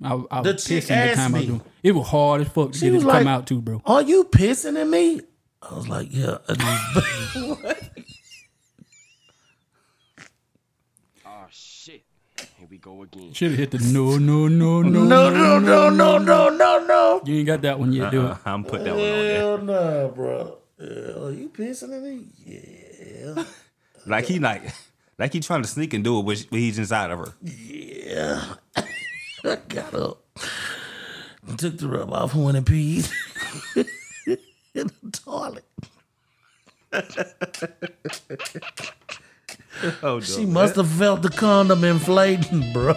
I, was- I
The
was
chick
pissing the
asked
time I
me.
was doing. It was hard as fuck to get it
was
to
like-
come out too, bro.
Are you pissing at me? I was like, yeah.
Oh shit. Here we go again.
Should have hit the no, no, no, no,
no, no, no, no, no, no, no.
You ain't got that one yet, do
Uh-uh.
it.
I'm put that one on there.
Hell no, bro. Are you pissing at me? Yeah.
Like he like, like he trying to sneak and do it, which he's inside of her.
I got up. Took the rub off and went and peed [laughs] in the toilet.
Oh,
She must have felt the condom inflating, bro.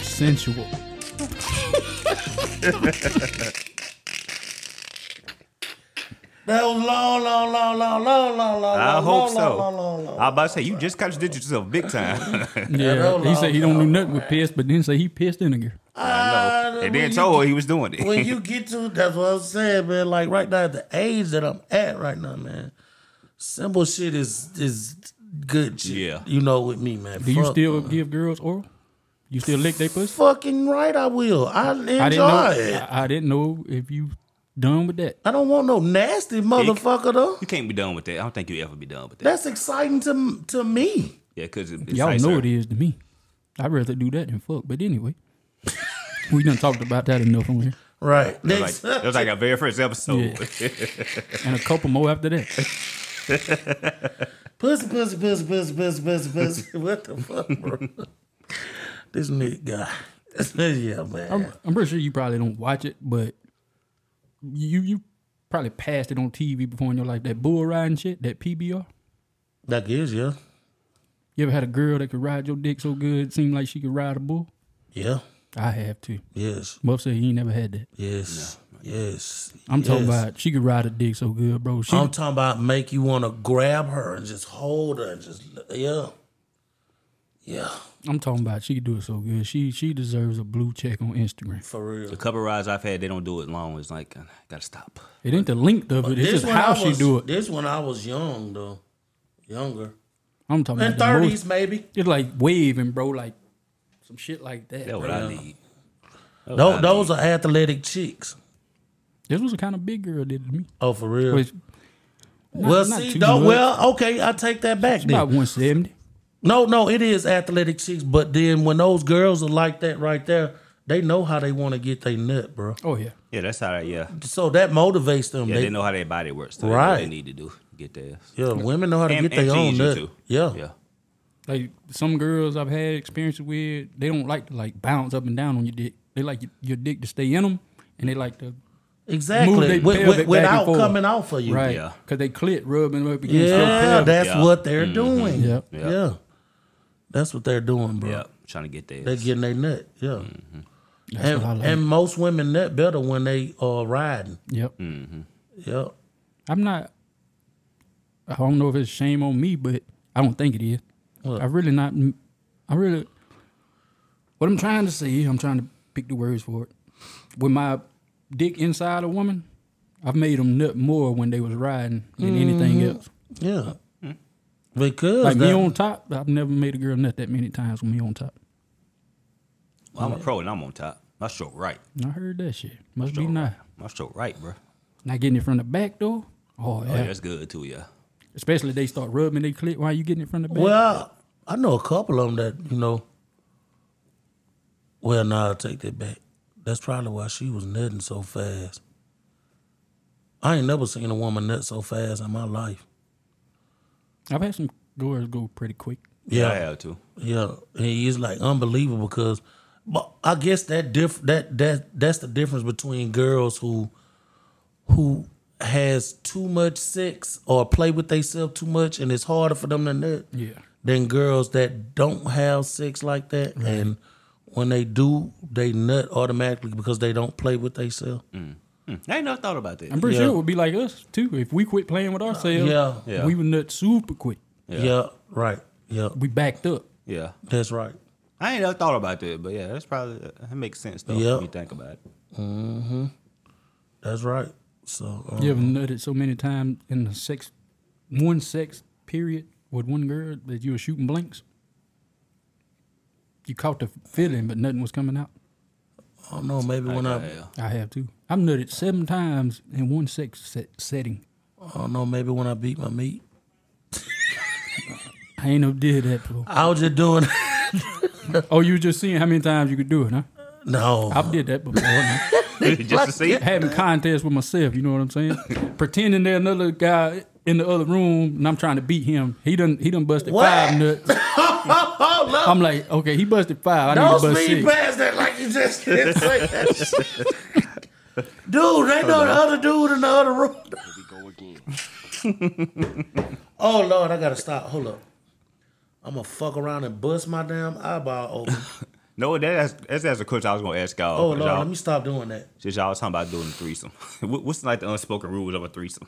Sensual.
That was long, long, long, long, long, long, long.
I
long,
hope
long,
so.
long, long, long, long.
I about to say you just contradicted yourself big time. [laughs]
Yeah,
don't
he
know.
said he don't do nothing with piss, but then say he pissed in again.
I know.
[laughs] Uh,
And
when
then
you-
told her he was doing it.
when you get to that's what I'm saying, man. Like right now, at the age that I'm at right now, man, simple shit is is good shit.
Yeah.
you know, with me, man.
Do you
Fuck,
still give girls oral? You still lick their pussy?
fucking right? I will. I enjoy
I didn't know.
it.
I, I didn't know if you done with that.
I don't want no nasty motherfucker though.
[laughs] You can't be done with that. I don't think you ever be done with that.
That's exciting to to me.
Yeah, because it,
Y'all
excites
know
her.
it is to me. I'd rather do that than fuck. But anyway, [laughs] we done talked about that enough on here,
Right.
It was like, it was like our very first episode. [laughs]
and a couple more after that.
Pussy, pussy, pussy, pussy, pussy, pussy, pussy. [laughs] what the fuck, bro? this nigga guy. [laughs] yeah, man.
I'm, I'm pretty sure you probably don't watch it, but you you probably passed it on TV before in your life. That bull riding shit, that PBR.
that is, yeah.
You ever had a girl that could ride your dick so good, it seemed like she could ride a bull?
Yeah.
I have to.
Yes.
Muff said he ain't never had that.
Yes. Yes.
I'm talking
yes.
about she could ride a dick so good, bro. She
I'm talking about make you want to grab her and just hold her and just yeah, yeah,
I'm talking about she could do it so good. She she deserves a blue check on Instagram.
for real.
The cover rides I've had, they don't do it long. It's like, I gotta stop.
It ain't the length of it. It's just
when
how
I was,
she do it.
This when I was young though, younger
I'm talking
in
about the most-
thirties maybe.
It's like waving, bro. Like some shit like that.
That's what
bro.
I need. That's what
Those,
I
those
need.
are athletic chicks.
This was a kind of big girl did it to me.
Oh, for real.
Which,
well,
not
see,
too
though,
much.
well, okay, I take that back. Then.
about 170.
No, no, it is athletic chicks, but then when those girls are like that right there, they know how they want to get their nut, bro.
Oh yeah.
Yeah, that's all right. Yeah.
So that motivates them.
Yeah,
they,
they, know how their body works. So right. They
Right.
need to do. Get theirs.
yeah, women know how to
And-
get
and
their own
tease you
nut.
too.
Yeah.
Yeah.
Like some girls I've had experiences with, they don't like to like bounce up and down on your dick. They like your, your dick to stay in them, and they like to Move
exactly.
they
Wi-
pelvic back
wi-
and
without
forth.
coming off of you.
right
Yeah.
because they clit rubbing up against your
Yeah,
pelvis.
that's
Yeah. Mm-hmm.
what they're doing.
Yep.
Yeah.
Yeah, that's what they're doing, bro.
Yeah. Trying to get theirs.
They're getting their nut. Yeah,
Mm-hmm.
That's
and,
what I like.
and most women nut better when they are riding.
yep.
Yeah,
I'm not. I don't know if it's shame on me, but I don't think it is. I really not. I really. What I'm trying to say, I'm trying to pick the words for it. With my dick inside a woman, I've made them nut more when they was riding than anything else.
yeah.
Mm-hmm.
Because
Like me
that-
on top, I've never made a girl nut that many times with me on top.
Well, I'm a pro and I'm on top. My stroke right.
I heard that shit. Must be
Stroke
nice.
right. My stroke right, bro.
Not getting it from the back though. Oh yeah.
Oh, yeah, that's good too, yeah.
Especially they start rubbing they clit while you getting it from the back.
Well, I know a couple of them that you know. Well, now nah, I take that back. That's probably why she was nutting so fast. I ain't never seen a woman nut so fast in my life.
I've had some girls go pretty quick.
Yeah, I have too.
Yeah, and it's like unbelievable because, but I guess that diff that that that's the difference between girls who, who has too much sex or play with themselves too much, and it's harder for them to nut.
Yeah.
Than girls that don't have sex like that, and when they do, they nut automatically because they don't play with themselves.
Hmm, I ain't never thought about that.
I'm pretty
Yeah.
sure it would be like us too. If we quit playing with ourselves,
Yeah.
Yeah.
we would nut super quick.
Yeah. right. Yeah,
We backed up.
yeah.
that's right.
I ain't never thought about that, but yeah, that's probably that makes sense though
Yeah.
when you think about it. [laughs]
That's right. So um,
You ever nutted so many times in the sex, one sex period with one girl that you were shooting blanks? You caught the feeling, but nothing was coming out.
I don't know. Maybe when I,
Yeah.
I have too. I've nutted seven times in one sex set, setting.
I don't know. Maybe when I beat my meat.
I ain't never did that
[laughs]
before.
I was just doing.
Oh, you were just seeing how many times you could do it, huh?
No, [laughs]
I've did that before. man.
Just to see it.
having contests with myself. You know what I'm
[laughs]
saying? Pretending there's another guy in the other room, and I'm trying to beat him. He done he done busted
What?
five nuts.
Hold up.
I'm like, okay, he busted five. I
Don't
need to bust
speed
six.
past that like you just did say that
[laughs]
shit. Dude, they know the other dude in the other room.
Here we go again.
Oh Lord, I gotta stop. Hold up. I'm gonna fuck around and bust my damn eyeball
[laughs]
open.
No, that- that's that's, that's a question I was gonna ask y'all.
Oh
'cause
Lord,
y'all,
let me stop doing that.
since y'all was talking about doing a threesome. [laughs] What- What's like the unspoken rules of a threesome?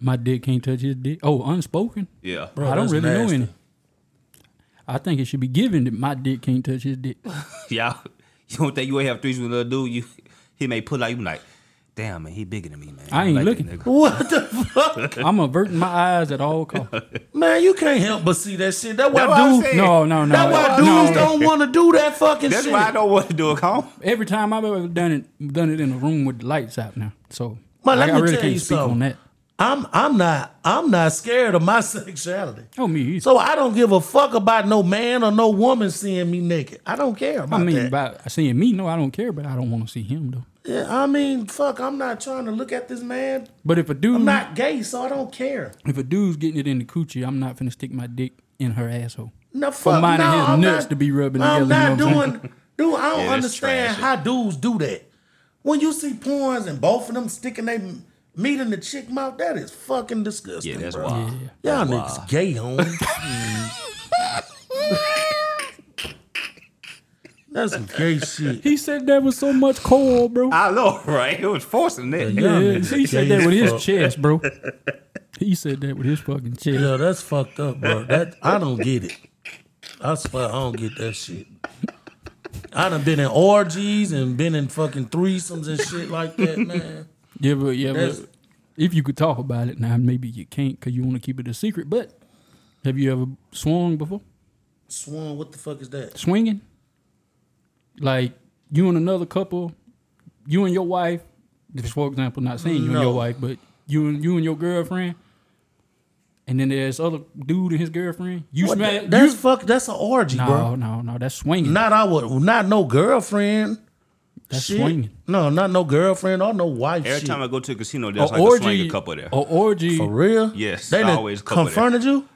My dick can't touch his dick. Oh, unspoken.
Yeah.
Bro,
I don't
that's
really know
nasty.
any. I think it should be given that my dick can't touch his dick.
[laughs] Y'all you don't think you ain't have threesome with another dude, you he may pull out you be like, damn man, he bigger than me, man.
I ain't
like
looking.
that nigga."
What the fuck?
I'm averting my eyes at all costs.
Man, you can't help but see that shit. That's why
That's what I'm
dudes
saying.
No, no, no.
that's why dudes
no.
don't wanna do that fucking
That's
shit.
why I don't want to do a comb.
Every time I've ever done it, done it in a room with the lights out now. So
Man, let
I, I
me
really
tell
can't
you
speak
something.
on that.
I'm I'm not I'm not scared of my [laughs] sexuality.
Oh me either.
So I don't give a fuck about no man or no woman seeing me naked. I don't care
I
about
mean,
that.
by seeing me, no, I don't care, but I don't want to see him though.
Yeah, I mean, fuck, I'm not trying to look at this man.
But if a dude,
I'm not gay, so I don't care.
if a dude's getting it in the coochie, I'm not finna stick my dick in her asshole.
No, fuck,
mine
no,
and his
I'm
nuts
not,
to be rubbing
I'm
together, you know what
not
I'm
doing, [laughs] dude, I
Yeah,
don't
that's
understand
trashy.
how dudes do that. When you see porns and both of them sticking their m- meat in the chick mouth, that is fucking disgusting.
Yeah, that's
bro.
wild.
Y'all niggas
[laughs]
gay, homie. That's some gay shit.
He said that with so much coal, bro.
I know, [laughs] right? It was forcing it.
Yeah,
Yeah,
he said
yeah,
that with
he's
his
fucked.
chest,
[laughs]
bro. He said that with his fucking chest.
Yo, that's fucked up, bro. That I don't get it. I swear I don't get that shit. I done been in orgies and been in fucking threesomes and shit like that, man.
Yeah, but yeah,
That's-
but if you could talk about it now, maybe you can't because you want to keep it a secret. But have you ever swung before?
Swan, what the fuck is that?
Swinging, like you and another couple, you and your wife. Just for example, not saying you and
No.
your wife, but you and you and your girlfriend. And then there's other dude and his girlfriend. You
What
smash.
the- that's
you,
fuck. That's an orgy,
no,
bro.
no, no. That's swinging.
Not I would. Not no girlfriend.
that's
shit.
swinging.
No, not no girlfriend or no wife.
Every
shit.
time I go to a casino, there's like a swinger couple there.
A orgy.
For real?
Yes,
They
I
done
always couple that.
confronted you?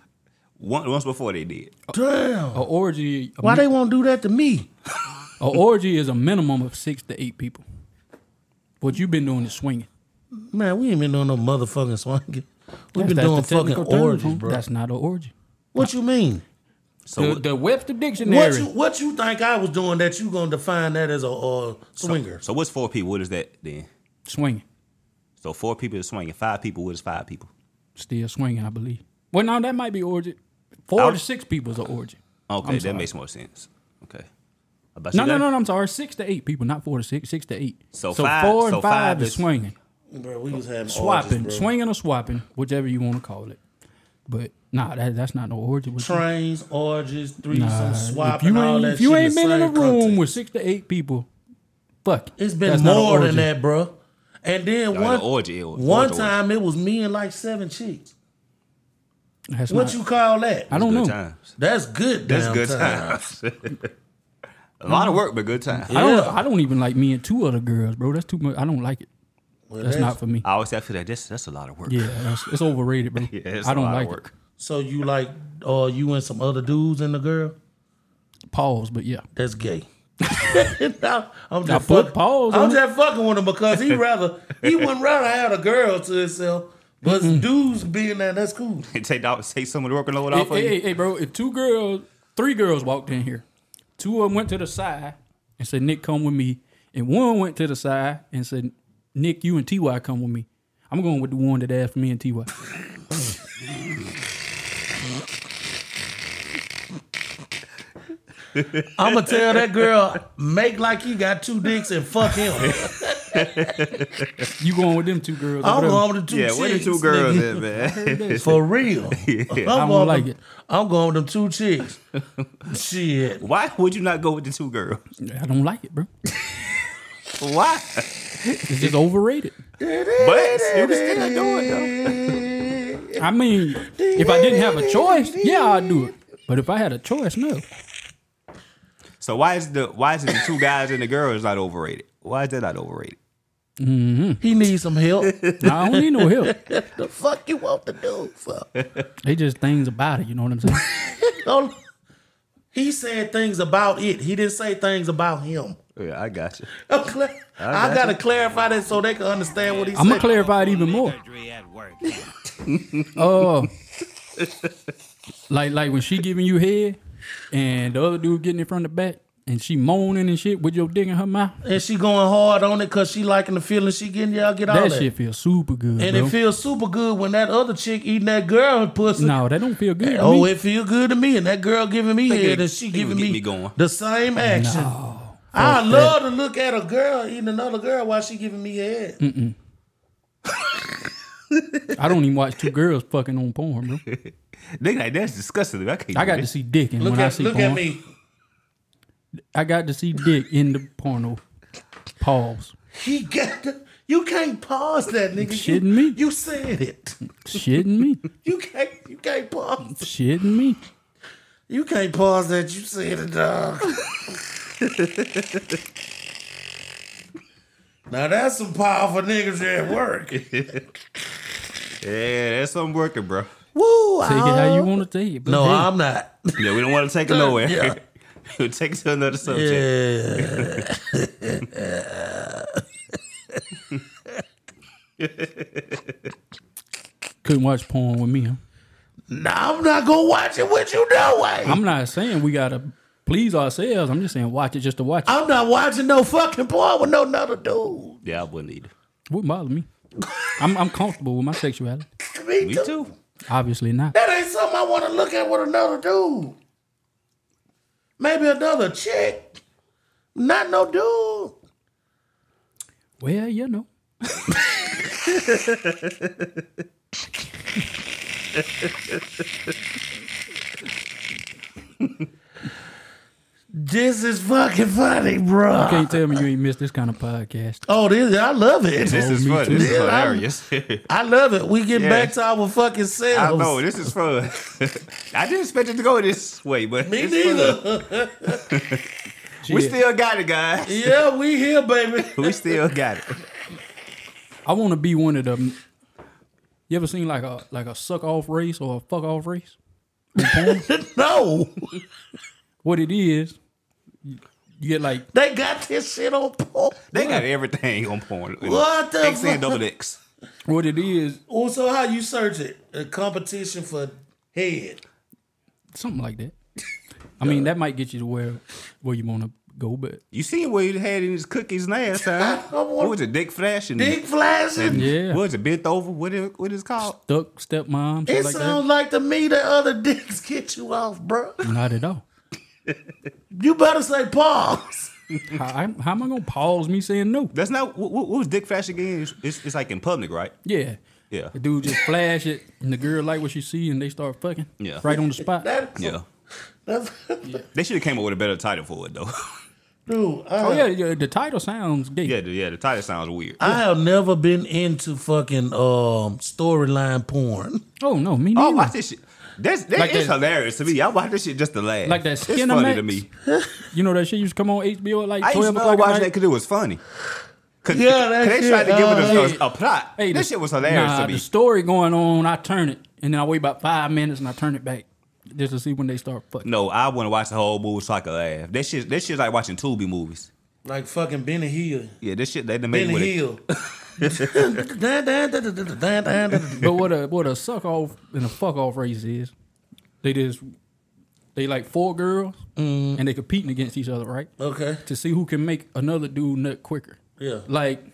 Once, once before they did.
Damn.
A orgy. A,
Why they won't do that to me?
a orgy is a minimum of six to eight people. What you've been doing is swinging.
Man, we ain't been doing no motherfucking swinging.
That's-
We've been
that's
doing
the
fucking
technical term,
orgies,
fool.
bro.
That's not an orgy.
what you mean?
So
the, the Webster Dictionary.
What you what you think I was doing that you gonna define that as a uh, swinger?
so what's four people? What is that then?
swinging.
So four people is swinging. Five people. What is five people?
Still swinging, I believe. Well, now that might be orgy. 4
I'll-
to six people is an orgy.
Okay,
I'm
that
sorry.
makes more sense. Okay. About
No,
you
no,
got-
no, no. I'm sorry. Six to eight people, not four to six. Six to eight.
So five-
four and
so
five,
five
is,
is-
swinging,
Bro, we was having
swapping,
orgies, bro.
swinging or swapping, whichever you want to call it. But nah, that, that's not no orgy. What you-
trains, orgies, threesomes,
Nah, if
swapping,
you
all
ain't,
that.
if you
shit
ain't been in
the
a
same
room
context.
with six to eight people, fuck.
It's been
That's not an
more than
orgy.
that, bro. And then
Nah,
one
the orgy, it was-
one
orgy, orgy.
time it was me and like seven chicks.
That's
What
not-
you call that?
I don't know.
Good times.
That's good.
That's
damn
good
time.
times. [laughs] a lot of work, but good times.
I don't.
Yeah.
I don't even like me and two other girls, bro. That's too much. I don't like it.
Well,
That's not
[laughs]
for me.
I always have to like that's that's a lot of work.
Yeah, that's, it's overrated, bro.
Yeah, it's
I
a
don't
lot
like
of work.
So you like, uh, you and some other dudes and the girl?
it. Pause, but yeah,
That's gay. [laughs] Nah, I'm
Now
just
put
fucking.
pause
I'm
on it.
just fucking with him because he rather he wouldn't rather have a girl to himself. But dudes being there, that's cool.
[laughs] take out take some of the work and load
hey,
off of
hey,
you.
hey, hey, bro. If two girls, three girls walked in here, two of them went to the side and said, "Nick, come with me," and one went to the side and said, "Nick, you and Ty come with me." I'm going with the one that asked me and Ty.
I'm gonna tell that girl make like you got two dicks and
[laughs]
fuck him.
You going with them two girls? over
I'm
there.
going with the two
Yeah,
chicks.
where the two girls
nigga.
at,
[laughs]
man?
[laughs]
For real. I'm
don't
going
like
with-
it.
I'm going with them two chicks. Shit.
Why would you not go with the two girls?
I don't like it, bro.
Why?
It's just overrated.
But you can still do it though.
I mean, if I didn't have a choice, yeah, I'd do it. But if I had a choice, no.
So why is the why is it the two guys and the girl is not overrated? Why is that not overrated?
He needs some help.
Nah, I don't need no help.
the [laughs] fuck you want to do? [laughs] Fuck.
They just things about it. You know what I'm saying?
Don't- He said things about it. He didn't say things about him.
Yeah, I got you.
[laughs] I'm Oh, cla- I gotta clarify that so they can understand what he
I'm gonna
said.
clarify it even more. Oh, [laughs] like like when she giving you head, and the other dude getting it from the back, and she moaning and shit with your dick in her mouth.
and she going hard on it because she liking the feeling she getting. Y'all get all
That
that.
shit feels super good,
and
bro.
it feels super good when that other chick eating that girl pussy.
no, that don't feel good. to
Oh,
me.
it feel good to me, and that girl giving me
Think it-
head, and she
think it
giving
get
me,
me going.
the same action. I love to look at a girl eating another girl while she giving me
Mm,
head.
I don't even watch two girls fucking on porn, bro.
They like that's disgusting. I can't.
I
do
got
that.
to see dick, and
Look
when
at
I see
look
porn,
at me.
I got to see dick in the porno. Pause.
He got the, you can't pause that nigga.
Shitting
you,
me?
You said it.
Shitting me.
You can't you can't pause.
Shitting me.
You can't pause that. You said it, dog. now that's some powerful niggas at work.
Yeah, that's something working, bro.
Woo!
Take it how you want to take it. But
Oh. No,
hey,
I'm not.
Yeah, we don't want to take it nowhere.
Yeah.
We'll [laughs] take it to another subject.
Yeah.
couldn't watch porn with me. huh?
Nah, I'm not gonna watch it with you no way.
I'm not saying we gotta please ourselves. I'm just saying, watch it just to watch it.
I'm not watching no fucking porn with no another dude.
Yeah, I wouldn't either.
Wouldn't bother me. I'm I'm comfortable with my sexuality.
Me,
Me
too.
too.
Obviously not.
That ain't something I want to look at with another dude. Maybe another chick. Not no dude.
Well, you know.
This is fucking funny, bro.
Can't tell me you ain't missed this kind of podcast.
Oh, this I love [laughs] it.
This is
me
fun.
too.
This is
Yeah, I'm-
hilarious.
[laughs] I love it. We get
Yeah.
back to our
[laughs]
fucking
I
selves.
know this is fun. [laughs] I didn't expect it to go this way, but
Me
it's
neither. [laughs]
fun. We
Shit.
still got it, guys.
Yeah, we here,
[laughs]
baby.
We still got it.
I want to be one of them. You ever seen like a like a suck off race or a fuck off race?
No,
What it is, you get like
they got this shit on porn.
They got everything on porn.
What the
X and
fuck?
double X.
what it is,
Also, how you search it? A competition for head.
something like that. I mean, that might get you to where where you want to go, but
You seen what he had in his cookies last time?
I want-
What was it, Dick Flash and
Dick flashing.
yeah,
What is it, bent over? What is, what is it called?
duck stepmom,
It
shit like
sounds like to me that other dicks [laughs] get you off, bro.
that. Not at all.
You better say pause.
How, I'm- how am I gonna pause me saying no?
That's not what, what was Dick Flash again? It's, it's, it's like in public, right?
Yeah.
Yeah.
The dude just flash it, and the girl like what she see, and they start fucking.
Yeah.
Right on the spot.
[laughs] That,
Yeah.
that's,
They should have came up with a better title for it though.
[laughs]
[laughs]
dude, I,
oh yeah, yeah. The title sounds gay.
yeah, the, yeah. The title sounds weird.
I have never been into fucking um storyline porn.
Oh no, me
oh,
neither.
watch this shit. That's that
Like
is
that-
hilarious to me. I watch this shit just to laugh.
Like that
It's funny to
Skinamax?
me.
you know that shit used to come on HBO at like
I used to
twelve o'clock
love
at
watching that
night?
because it was funny. Cause,
Yeah, that
'cause they
shit,
tried to give
uh,
it a, a, a plot.
Hey,
this
the-
shit was hilarious
nah,
to
The
me.
story going on, I turn it, and then I wait about five minutes, and I turn it back just to see when they start
[laughs]
fucking.
No, I want to watch the whole movie so I could laugh. That shit, that shit like watching Tubi movies.
Like fucking Benny Hill.
Yeah, this shit they done made
Benny
with it.
Hill. That's
But what a what a suck off and a fuck off race is, they just they like four girls,
Mm-hmm.
and they competing against each other, right?
[laughs] Okay.
To see who can make another dude nut quicker.
Yeah.
Like,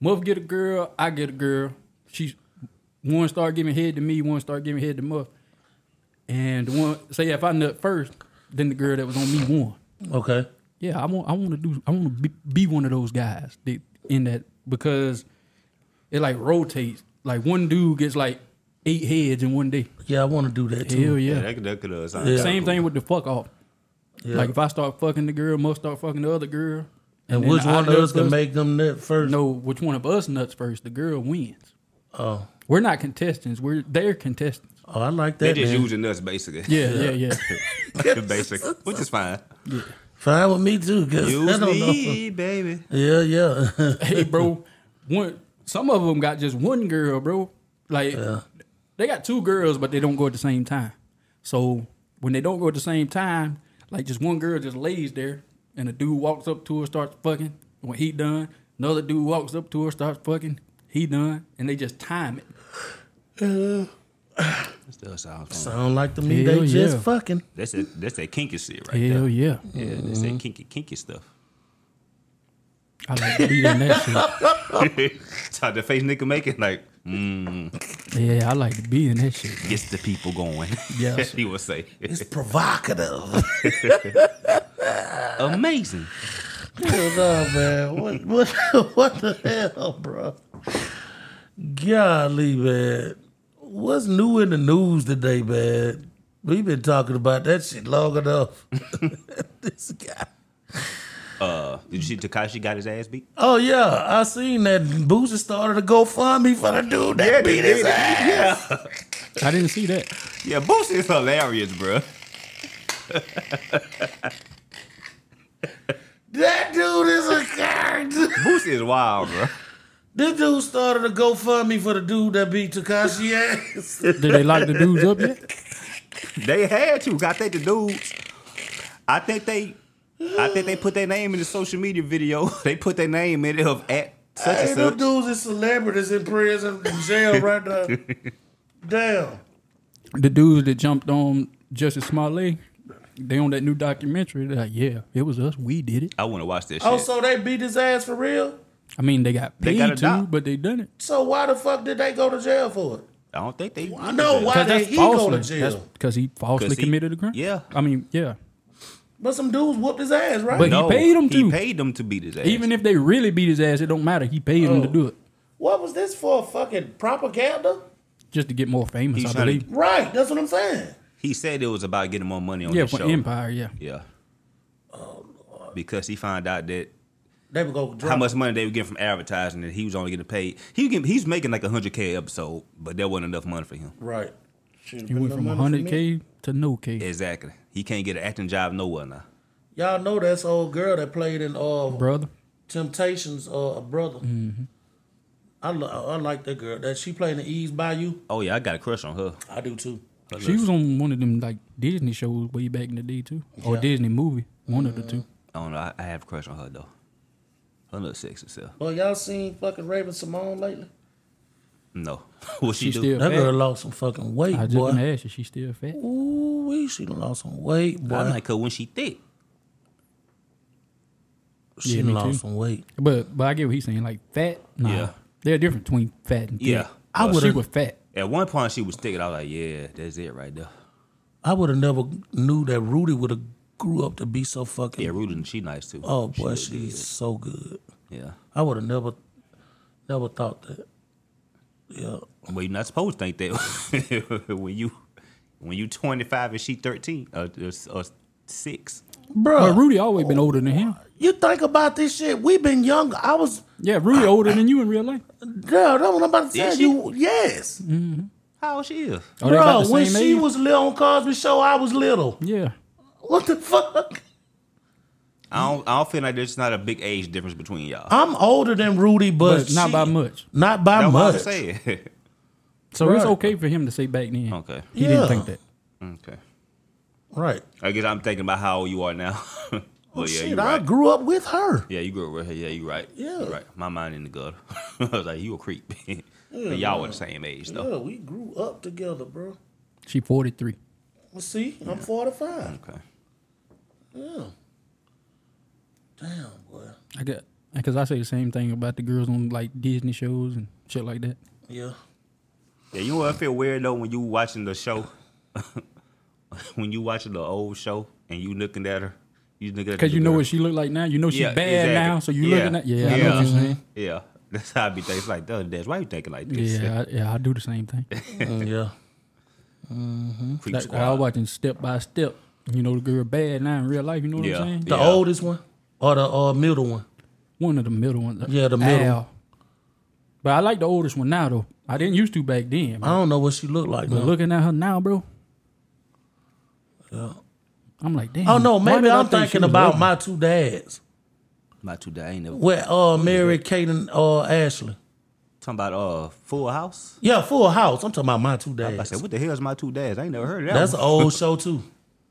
Muff get a girl, I get a girl. She one start giving head to me, one start giving head to Muff. And the one say if I nut first, then the girl that was on me won.
Okay.
Yeah, I want I want to do I want to be, be one of those guys that, in that because it like rotates. Like one dude gets like eight heads in one day.
Yeah, I want to do that too.
Hell yeah.
Yeah, that, could- that could uh, sound
Yeah.
kinda
Same
cool.
thing with the fuck off.
Yeah.
Like if I start fucking the girl, Muff start fucking the other girl.
and
then
which
I
one of
nut
us can
first.
make them nut first?
know which one of us nuts first, the girl wins.
Oh,
We're not contestants. We're they're contestants.
oh, I like
They
that.
just
man.
using us basically. [laughs]
Yeah, yeah, yeah.
basic, which is
[laughs]
fine.
Fine with me too. Cause [laughs] I
Use
don't
me, baby.
know. Yeah, yeah. [laughs]
hey, bro, one some of them got just one girl, bro. Like they got two girls, but they don't go at the same time. So when they don't go at the same time, like just one girl just lays there, and a dude walks up to her, starts fucking. When he done, another dude walks up to her, starts fucking. He done, and they just time it.
Still sounds fun.
Sound like to me
Hell
they just
yeah.
fucking.
That's that. That's that kinky shit right
Hell
there.
yeah,
Yeah, that's that kinky kinky stuff.
I like to be in that shit.
[laughs] How the face nigga making like
Yeah, I like to be in that shit.
gets the people going. [laughs]
Yes.
he would say
It's provocative. [laughs]
amazing.
Hell no, man. What, [laughs] what, what the hell, bro? Golly, man. What's new in the news today, man? We've been talking about that shit long enough. this guy.
Uh, did you see Takashi got his ass beat?
Oh yeah, I seen that Boosie started a GoFundMe for the dude that beat his ass.
Yeah,
I didn't see that.
yeah. Boosie is hilarious, bro.
[laughs] That dude is a character.
Boosie is wild, bro.
This dude started a GoFundMe for the dude that beat Takashi
[laughs]
ass.
Did they lock the dudes up yet?
They had to. I think the dudes. I think they. I think they put their name in the social media video. [laughs] They put their name in it of at such
Hey,
and
them
such.
dudes is celebrities in prison, in jail right
[laughs]
now. Damn.
The dudes that jumped on Justice Smollett, They on that new documentary. They're like, yeah, it was us. We did it.
I want to watch that shit.
Oh, so they beat his ass for real?
I mean, they got
They
paid
got a
to,
doc.
but they done it.
So why the fuck did they go to jail for it?
I don't think they.
I know why
Because
did
that's
he
falsely.
go to jail?
Because he falsely
'Cause he-
committed a crime.
yeah.
I mean, yeah.
But some dudes whooped his ass, right?
But- he paid 'em
He
to.
paid them to beat his ass.
Even if they really beat his ass, it don't matter. He paid him to
Oh.
do it
what was this for? Fucking propaganda?
just to get more famous.
He's
I
trying to-
believe.
Right. That's what I'm saying.
he said it was about getting more money on
yeah,
the
for
show.
Empire. Yeah.
Yeah. because he found out that
They would go. Drop
how much money they were getting from advertising that he was only getting paid. He was getting, he's making like a hundred k episode, but there wasn't enough money for him.
Right.
He went from 100k to no k.
Exactly. He can't get an acting job nowhere now.
Y'all know that's old girl that played in uh
brother.
Temptations uh brother.
Mm-hmm.
I lo- I like that girl. That she played in Ease Bayou.
Oh yeah, I got a crush on her.
I do too.
Her
She
looks-
was on one of them like Disney shows way back in the day too, or
Yeah.
Disney movie. One of the two.
I don't know. I, I have a crush on her though. Her look sexy self.
Well, y'all seen fucking Raven Simone lately?
No, [laughs] what she, do?
She still-
That
Fat.
girl lost some fucking weight,
I just
boy.
want to ask you, she still fat?
Ooh, wee, she done lost some weight, boy.
I like her when she thick.
she
Yeah,
done
me
lost
too.
some weight.
But but I get what he's saying. Like fat, nah.
Yeah.
They're different between fat and thick.
Yeah.
I
She
would've-
was fat.
At one point she was thick, and I was like, yeah, that's it right there.
I would have never knew that Rudy would have grew up to be so fucking.
Yeah, Rudin, she nice too.
oh boy,
She look
she's so good.
good. yeah.
I would have never, never thought that. Yeah,
Well, you're not supposed to think that [laughs] when you when you 25 and she 13 or, or, or uh, six.
bro.
But Rudy always been older than him.
You think about this shit. We've been younger. I was,
Yeah, Rudy older than you in real life.
girl. That's what I'm about to
Is
tell
she?
you. Yes,
How old she is?
Mm-hmm. Oh, they about
bro.
the
When
same
she
age?
was little on Cosby Show, I was little.
yeah,
What the fuck?
I don't I don't feel like there's not a big age difference between y'all.
I'm older than Rudy, but,
but not
she-
by much.
Not by
That's what
much.
I'm saying. [laughs]
So it's
Right.
okay for him to say back then.
okay.
He
Yeah.
didn't think that.
Okay.
Right.
I guess I'm thinking about how old you are now. [laughs] but Oh, yeah,
Oh, shit,
you're
I
right.
grew up with her.
yeah, you grew up right here. Yeah, you're right.
Yeah.
You're right. My mind in the gutter. [laughs] I was like, you a creep. [laughs] But y'all were the same age though.
Yeah, we grew up together, bro.
She forty three.
Well, see, I'm 45.
Okay.
Yeah. Damn, boy.
I got because I say the same thing about the girls on like Disney shows and shit like that.
[laughs]
Yeah.
Yeah, you know what I feel weird though when you watching the show, [laughs] when you watching the old show and you looking at her, you looking at
Because
the
you know
girl.
what she look like now. You know she
Yeah,
bad
exactly.
now. So you
Yeah.
looking at yeah, I
Yeah.
know what you're saying.
Yeah, [laughs] that's how I be thinking. It's like, duh, Des, why you thinking like this?
Yeah, I, yeah, I do the same thing.
Mm, yeah.
Creep
Like
squad.
I was watching step by step. You know the girl bad now in real life. You know what
Yeah.
I'm saying?
The
Yeah.
oldest one or the uh, middle one?
One of the middle ones.
Yeah, the middle
Al. But I like the oldest one now though. I didn't used to back then.
I don't know what she looked like.
But
now.
looking at her now, bro. I'm like, damn.
Oh no,
why
maybe
did I
I'm
think she
thinking
was
about
ugly?
my two dads.
My two days ain't never
Where uh Mary, Kate and uh Ashley.
talking about uh Full House.
Yeah, full house. I'm talking about my two
I
dads.
said, what the hell is my two dads? I ain't never heard of that.
That's
one.
an old show too.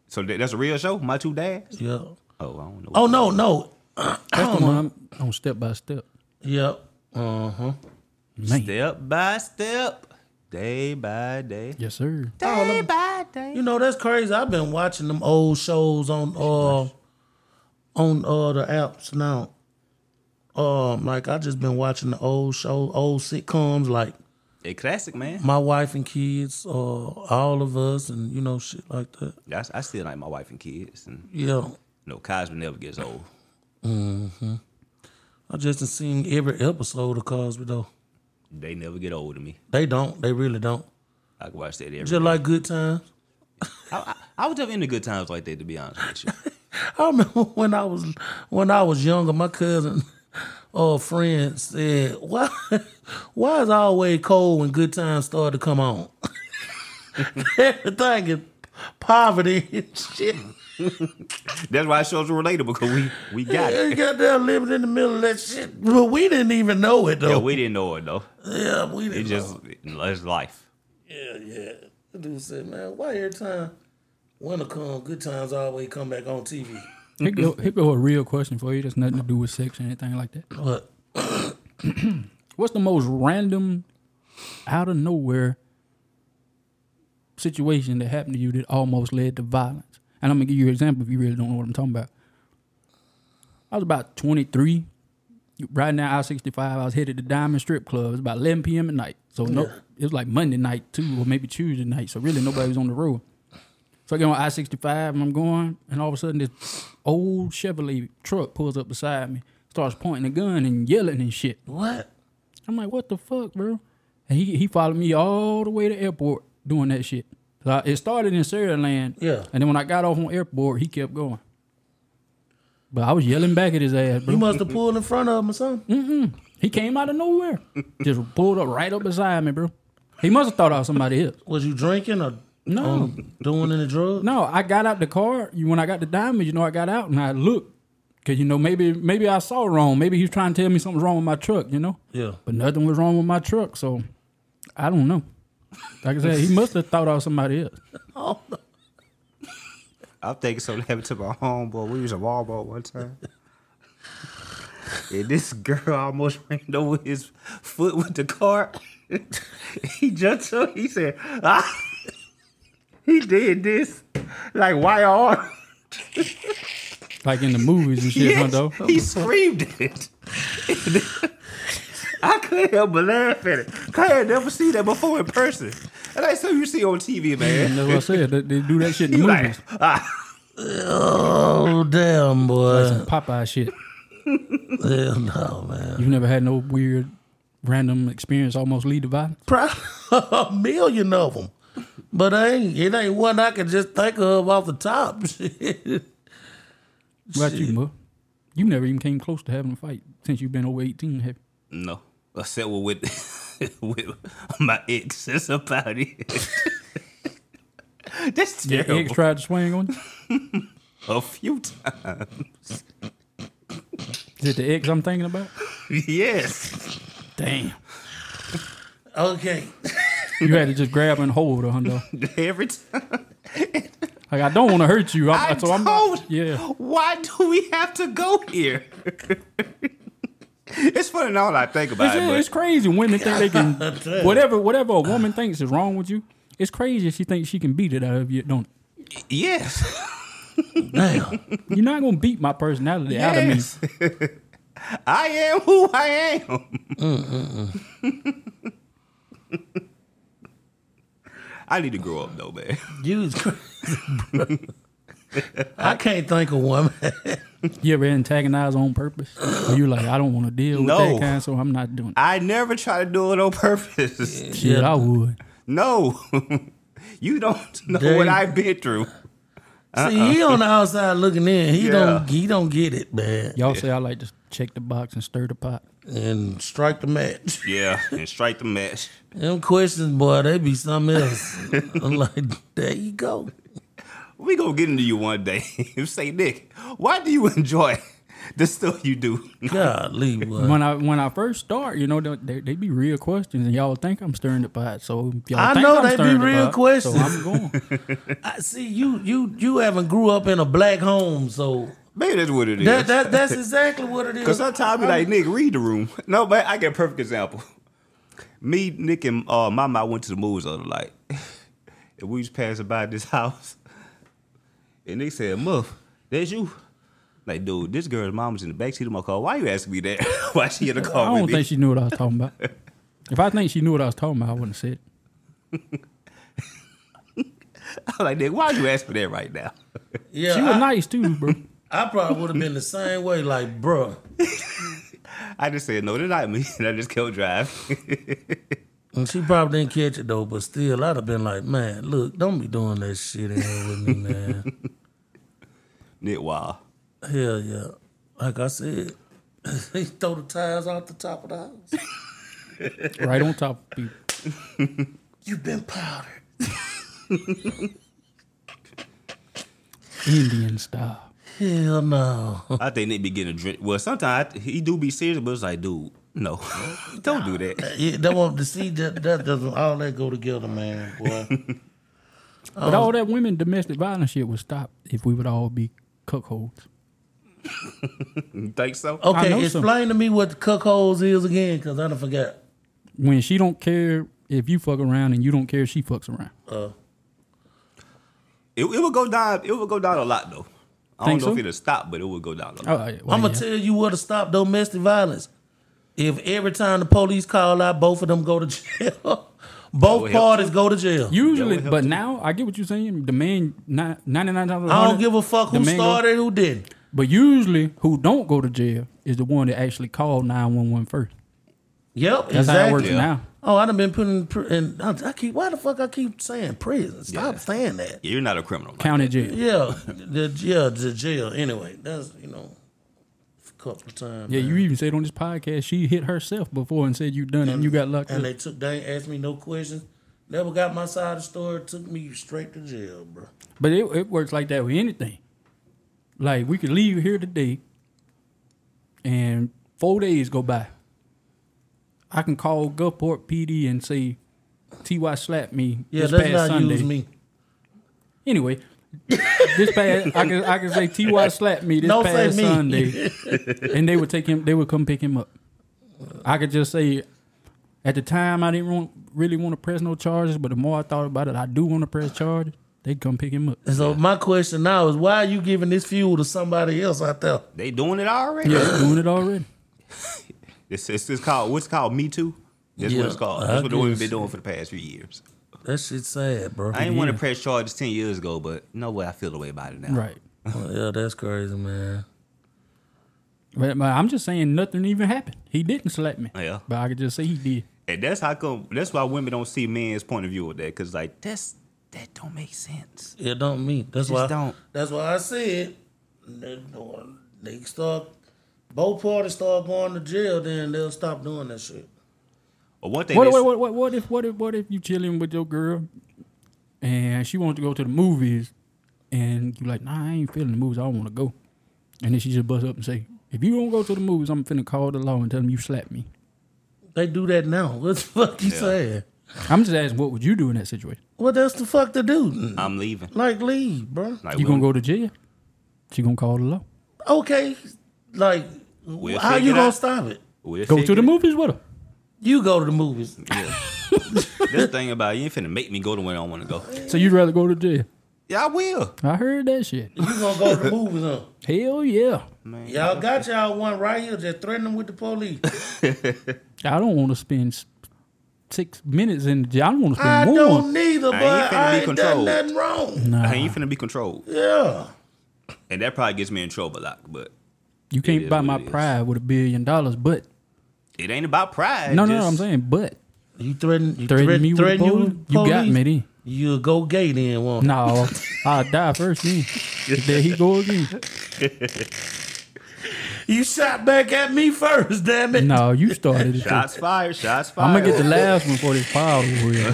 so that, that's a real show. My two dads.
Yeah.
Oh, I don't know.
Oh no, no.
That's the one I'm on step by step.
Yep. Uh-huh.
Man.
step by step, day by day.
Yes, sir.
Day by day.
You know, that's crazy. I've been watching them old shows on uh on uh the apps now. Um, like I just been watching the old show, old sitcoms like
A classic, [laughs] man.
My Wife and Kids, uh All of Us and you know, shit like that.
That's, I still like my wife and kids, and
Yeah.
no, Cosby never gets old.
I just done seen every episode of Cosby though.
They never get old to me.
They don't. They really don't.
I can watch that every
Just
day.
like Good Times.
I, I, I was never into good times like that, to be honest with you.
I remember [laughs] when I was when I was younger, my cousin [laughs] or friend said, "Why, [laughs] why is it always cold when good times start to come on? [laughs] Everything is poverty [laughs] and shit.
[laughs] That's why shows are relatable because we we got it.
They got there living in the middle of that shit, but we didn't even know it
Yeah,
though.
we didn't know it though.
Yeah, we
It
didn't.
just
know.
it's life.
yeah, yeah. The dude said, "Man, why every time winter come, good times always come back on [laughs] TV?"
Here go, here go a real question for you. That's nothing to do with sex or anything like that.
But
What's the most random, out of nowhere situation that happened to you that almost led to violence? And I'm gonna give you an example if you really don't know what I'm talking about. I was about 23, riding down I-65. I was headed to Diamond Strip Club. It was about 11 p.m. at night. So no, it was like Monday night too, or maybe Tuesday night. So really nobody was on the road. So I get on I-65 and I'm going, and all of a sudden this old Chevrolet truck pulls up beside me, starts pointing a gun and yelling and shit.
What?
I'm like, what the fuck, bro? And he he followed me all the way to airport doing that shit. So I- it started in Sarah Land.
Yeah.
And then when I got off on airport, he kept going. But I was yelling back at his ass,
You
bro.
must have pulled in front of him or something.
He came out of nowhere. [laughs] just pulled up right up beside me, bro. He must have thought I was somebody else.
Mm-hmm. Was you drinking or
No.
or doing any drugs?
No, I got out the car. You when I got the diamond, you know, I got out and I looked. Cause you know, maybe maybe I saw wrong. Maybe he was trying to tell me something's wrong with my truck, you know?
Yeah.
But nothing was wrong with my truck, so I don't know. Like I said, he must have thought I was somebody else.
I'm thinking something happened to my homeboy. We was at Walmart one time. And this girl almost [laughs] ran over his foot with the car. [laughs] he jumped up. He said, ah, [laughs] he did this. Like, why are
Like in the movies and shit, huh, though?
He screamed it. [laughs] I couldn't help but laugh at it. 'Cause I had never seen that before in person. And like something you see on TV,
And
man.
that's what I said. They, they do that shit in
You
the
like,
movies.
ah,
Oh damn boy.
Popeye shit.
Hell no man.
You've never had no weird random experience almost lead to violence?
Probably a million of them. But I ain't, it ain't one I can just think of off the top. [laughs]
What about you, Mo? You never even came close to having a fight since you've been over 18, have you?
No, except with [laughs] with, with my ex. That's about it. [laughs] That's
Your
terrible.
ex tried to swing on you?
A few times. [laughs]
Is it the ex I'm thinking about?
Yes.
Damn.
okay.
You had to just grab and hold her, Hundo.
[laughs] Every time.
Like, I don't want to hurt you.
[laughs] I
I'm, Uh, so I'm
told
not, Yeah.
Why do we have to go here? [laughs] it's funny now that I think about
It's,
it.
yeah,
but-
it's crazy. Women think they
[laughs]
can whatever whatever a woman thinks is wrong with you. It's crazy. She thinks she can beat it out of you. Don't
[laughs] yes.
Damn.
you're not gonna beat my personality out of me.
yes. [laughs] I am who I am. Mm, [laughs] I need to grow up though, man.
You was crazy, bro. I can't think of one.
You ever antagonize on purpose? Or you like I don't want to deal with
No.
that kind, so I'm not doing. It.
I never try to do it on purpose.
Shit, I would.
No, [laughs] you don't know
Dang.
what I've been through.
See, he on the outside looking in. He
Uh-uh. Yeah.
don't he don't get it, man.
Y'all say I like to check the box and stir the pot.
And strike the match.
Yeah, and strike the match.
Them questions, boy, they be something
[laughs]
else. I'm like, there you go.
We gonna get into you one day. [laughs] Say, Nick, why do you enjoy [laughs] the stuff you do? [laughs]
Golly, boy.
When I when I first start, you know, they, they, they be real questions, and y'all think I'm stirring the pot. So if y'all
I
think
know
I'm
they be
stirring the
real
pot,
questions.
So I'm
[laughs]
going.
I, see, you you you haven't grew up in a black home, so
Maybe that's what it is.
that, that that's exactly what it
Cause
is.
sometimes be like, Nick, read the room. [laughs] No, but I get a perfect example. [laughs] Me, Nick, and uh, Mama went to the movies the other night. [laughs] and we was passing by this [laughs] house. And Nick said, Muff, that's you. Like, dude, this girl's mom was in the backseat of my car. Why you asking me that? [laughs] Why she in the car
[laughs] I don't
with me? [laughs]
think she knew what I was talking about. If I think she knew what I was talking about, I wouldn't have said it.
I'm like, Nick, why you asking me that right now? [laughs]
Yeah,
She was
I,
nice too, bro.
I probably would have been the same way. Like, bruh,
I just said, no, they're not me. [laughs] And I just kept driving. [laughs]
And she probably didn't catch it though, but still, I'd have been like, man, look, don't be doing that shit in here with me, man.
Nick, wow.
Hell yeah. Like I said, [laughs] he throw the tires off the top of the house.
right on top of people.
You've been powdered.
Indian style.
Hell no. [laughs]
I think Nick be getting a drink. Well, sometimes I- he do be serious, but it's like, dude, no, [laughs] don't do that.
Yeah, that won't to see that that doesn't all that go together, man,
[laughs]
boy.
But
Oh.
all that women domestic violence shit would stop if we would all be cuckolds.
[laughs] You think so?
I know
Okay,
some.
explain to me what the cuckolds is again, cause I done forgot.
When she
Uh,
don't care if you fuck around and you don't care if she fucks around.
It, it would go down. It would go down a lot though. I don't
Think
know
so?
if it'll stop, but it would go down a lot.
Oh, yeah, well,
I'm gonna
yeah.
tell you where to stop domestic violence. If every time the police call out, both of them go to
Oh,
[laughs] jail, both
would help.
parties go to jail.
Usually,
would help
but
too.
now I get what you're saying. The man, ni- 99 times
I don't give a fuck who
Domingo.
started, who didn't.
But usually, who don't go to jail is the one that actually called 911 first.
Yep,
That's
exactly.
how it works
Yeah.
now.
Oh, I'd have been put in. pr- in I, I keep. Why the fuck I keep saying prison? Stop
Yeah.
saying that.
You're not a criminal. Like,
County jail.
Yeah, the yeah the jail. Anyway, that's you know, a couple of times.
Yeah, you even said on this podcast she hit herself before and said you done it and you got locked
And
up.
they took. They ain't asked me no questions. Never got my side of the story. Took me straight to jail, bro.
But it, it works like that with anything. Like we could leave here today, and four days go by. I can call Gulfport PD and say, "Ty slapped me
Yeah,
this
that's
past
not
Sunday."
use me.
Anyway, this past I can I can say
[laughs]
Ty slapped me this
Don't say
past
me.
Sunday,
[laughs]
and they would take him. They would come pick him up. I could just say, at the time I didn't want, really want to press no charges, but the more I thought about it, I do want to press charges. They'd come pick him up.
And so my question now is, why are you giving this fuel to somebody else out there?
They doing it already.
Yeah, they're doing it already.
It's, it's, it's called what's called Me Too. That's
Yeah,
what it's
Uh,
called.
I
That's what the women
guess.
been doing for the past few years.
That shit's sad, bro.
I didn't want to press charges ten years ago, but no way I feel the way about it now.
Right.
Oh, yeah, that's crazy, man.
But, but I'm just saying nothing even happened. He didn't slap me.
Yeah.
But I could just say he did.
And that's how come. That's why women don't see men's point of view with that because like that's that don't make sense.
It don't mean. That's
Just
why.
don't.
That's why I said they, they start. Both parties start going to jail, then they'll stop doing that shit.
But one thing.
What,
they
what,
s-
what, what, what if what if what if you chilling with your girl and she wants to go to the movies and you like, nah, I ain't feeling the movies, I don't wanna go. And then she just bust up and say, If you don't go to the movies, I'm finna call the law and tell them you slapped me.
They do that now. [laughs] What the fuck you saying?
I'm just asking what would you do in that situation?
What else the fuck to do?
I'm leaving.
Like leave, bro.
Like
You gonna go to jail? She gonna call the law.
Okay, like
We'll
how
figure
you
it
gonna
out.
stop it?
we'll
Go to
figure
the
it-
movies with her.
You go to the movies.
Yeah. this thing about you ain't finna make me go to where I don't want to go.
So you'd rather go to jail.
Yeah, I will.
I heard that shit.
You gonna go
[laughs]
to the movies? Huh?
Hell yeah.
Y'all got y'all one right here. Just threaten them with
[laughs]
the police.
I don't want to spend s- six minutes in the jail. I don't want to
I
spend more.
don't neither,
I
but
ain't finna
I
be
ain't done
controlled.
nothing wrong.
I
Uh-huh.
ain't finna be controlled,
Yeah.
and that probably gets me in trouble a lot. But
you
is
can't buy
what
my
it is.
pride with a billion dollars, but
it ain't about pride.
no, no,
just-
no, I'm saying, but
You threaten, you
threaten me with a
threaten you,
bullet,
with
you got
police?
me then.
You'll go gay then, won't you?
No, I'll die first then. There he go again.
You shot back at me first, damn it.
No, you started it.
Shots fired. Shots fired.
I'm gonna get the last one for this pile over here.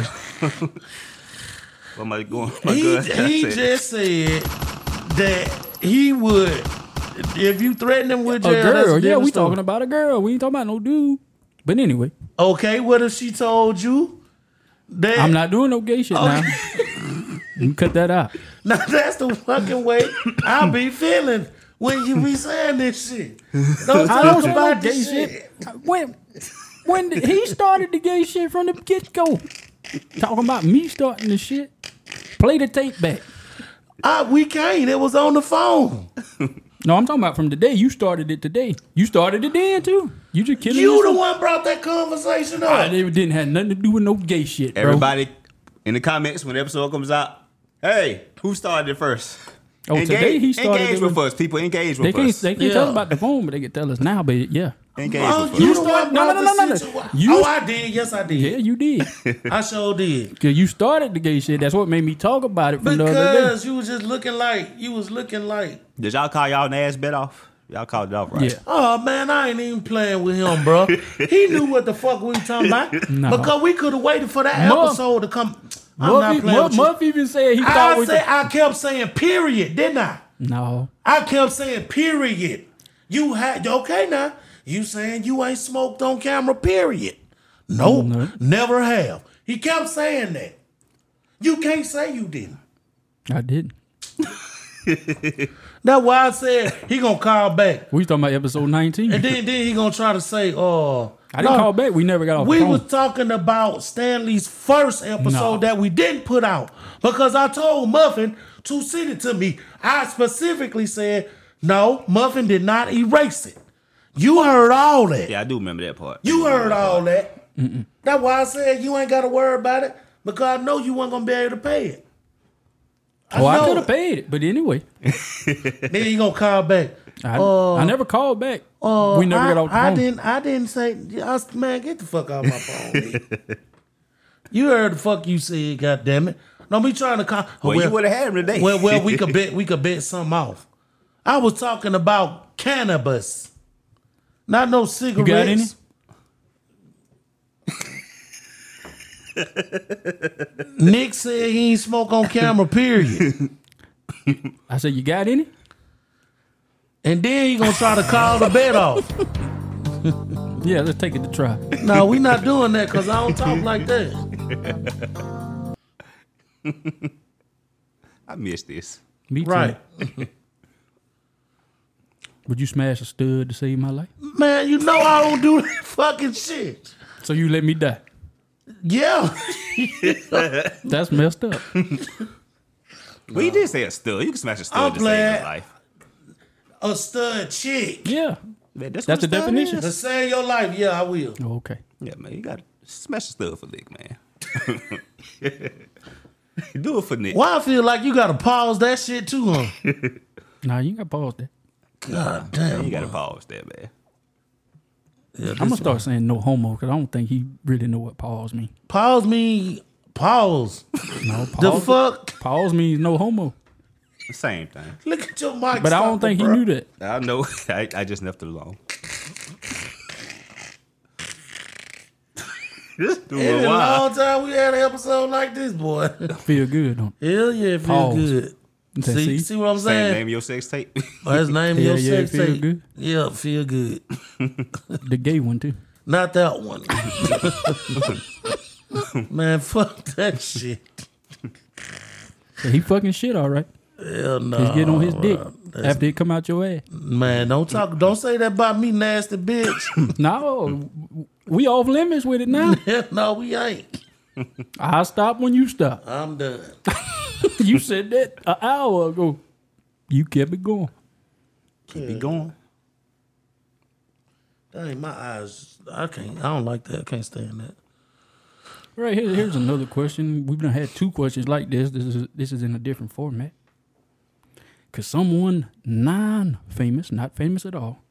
What am I going? [laughs] My
[laughs]
he
good.
he just said that he would, if you threaten him with
A
jail, that's
girl, yeah,
different
we
story.
talking about a girl. We ain't talking about no dude. But anyway,
Okay, what if she told you that?
I'm not doing no gay shit now. you cut that out.
[laughs] Now that's the fucking way I be feeling when you be saying this shit. Don't
I don't
talk
do
about
no
this
gay
shit.
shit. When when did, he started the gay shit from the get go, talking about me starting the shit. Play the tape back.
I, we can't. It was on the phone.
No, I'm talking about from today. You started it today. You started it then too. You just kidding
You the one brought that conversation up.
It didn't have nothing to do with no gay shit, bro.
Everybody in the comments when the episode comes out. Hey, who started it first?
Oh, today he started
Engage
it
with
with-
us, people. Engage
They
with
can't.
us.
They can't tell us
Yeah.
about the phone, but they can tell us now. But yeah,
Engage
Oh,
with
you
us.
the
start-
one
no,
brought
no,
the
no, no, no.
situation-
You-
Oh, I did. Yes, I did.
yeah, you
[laughs]
did.
I sure did.
Cause you started the gay shit. That's what made me talk about it from the other day.
Because you was just looking like you was looking like.
Did y'all call y'all an ass bet off? Y'all called it off, right?
Yeah.
Oh man, I ain't even playing with him, bro. he knew what the fuck we
[laughs]
talking about
No.
because we could have waited for that
Muff-
episode to come. [laughs] I'm
Muff, e-
not playing
Muff,
with you.
Muff even said he thought
I
we.
say I kept saying period, didn't I?
no,
I kept saying period. You had okay now. You saying you ain't smoked on camera? Period. Nope,
No.
never have. He kept saying that. You can't say you didn't.
I didn't.
That's why I said he gonna call back,
We was talking about episode 19.
and then then he gonna try to say, "Oh,
I didn't
no,
call back. We never got off
We
the phone.
was talking about Stanley's first episode
No.
that we didn't put out because I told Muffin to send it to me. I specifically said, no, Muffin did not erase it. You heard all that.
Yeah, I do remember that part.
You heard all that. That's why I said you ain't got to worry about it because I know you weren't going to be able to pay it.
Oh, I
know
could have
it.
paid it, but anyway,
Then you going to call back.
I, I never called back. we never
Uh, I,
got off the
I
phone.
didn't. I didn't say. I s- man, get the fuck out of my phone. nigga. you heard the fuck you said. God damn it! Don't be trying to call. oh,
Well, you would have had him today.
Well, well, we could bet. We could bet something off. I was talking about cannabis, not no cigarettes.
any?
Nick said he ain't smoke on camera. Period.
I said, "You got any?"
and then he gonna try to call the bet off.
Yeah, let's take it to
[laughs]
try.
No, we not doing that because I don't talk like that.
[laughs] I missed this.
Me too.
Right,
Would you smash a stud to save my life?
man. You know I don't do that [laughs] fucking shit.
So you let me die?
Yeah.
That's messed
[laughs]
up.
Well, you did say a stud. You can smash a stud
I'm
to save
glad.
your life.
a stud chick
Yeah.
Man,
That's
what a
the
stud
definition.
is.
to save your life. Yeah, I will.
Oh, okay.
Yeah, man, you got to smash a stud for Nick, man. [laughs] Do it for Nick.
Why I feel like you gotta pause that shit too,
[laughs]
huh?
Nah, you ain't got to pause that.
God
You
damn.
got to pause there, man.
I'm gonna start saying no homo because I don't think he really know what pause mean.
Pause me. Pause.
No pause.
The fuck? [laughs]
Pause means no homo.
Same thing.
Look at your mic.
But I don't think he knew that.
I know. [laughs] I, I just left it alone. this dude
It's been
was
a
wild.
long time we had an episode like this, boy. [laughs]
Feel good, don't
Hell yeah, feel
Pause.
good.
you?
See, see,
See?
what I'm
Same
saying?
name of your sex tape. [laughs]
Oh, that's name of
Yeah,
your
yeah,
sex
feel
tape.
good.
Yeah, feel good.
The gay one too.
Not that
[laughs]
one. Man, fuck that shit.
Yeah, he fucking shit, all right.
Hell no.
Just get on his dick
that's-
after it come out your ass.
Man, don't talk. Don't say that about me,
[laughs]
nasty bitch.
No, we off limits with it now.
Hell no, we ain't.
I stop when you stop.
I'm done.
You said that an hour ago. You kept it going.
Keep it going.
Dang, my eyes. I can't. I don't like that. I can't stand that.
Right here, here's another question. We've done had two questions like this. This is this is in a different format. Could someone non-famous, not famous at all,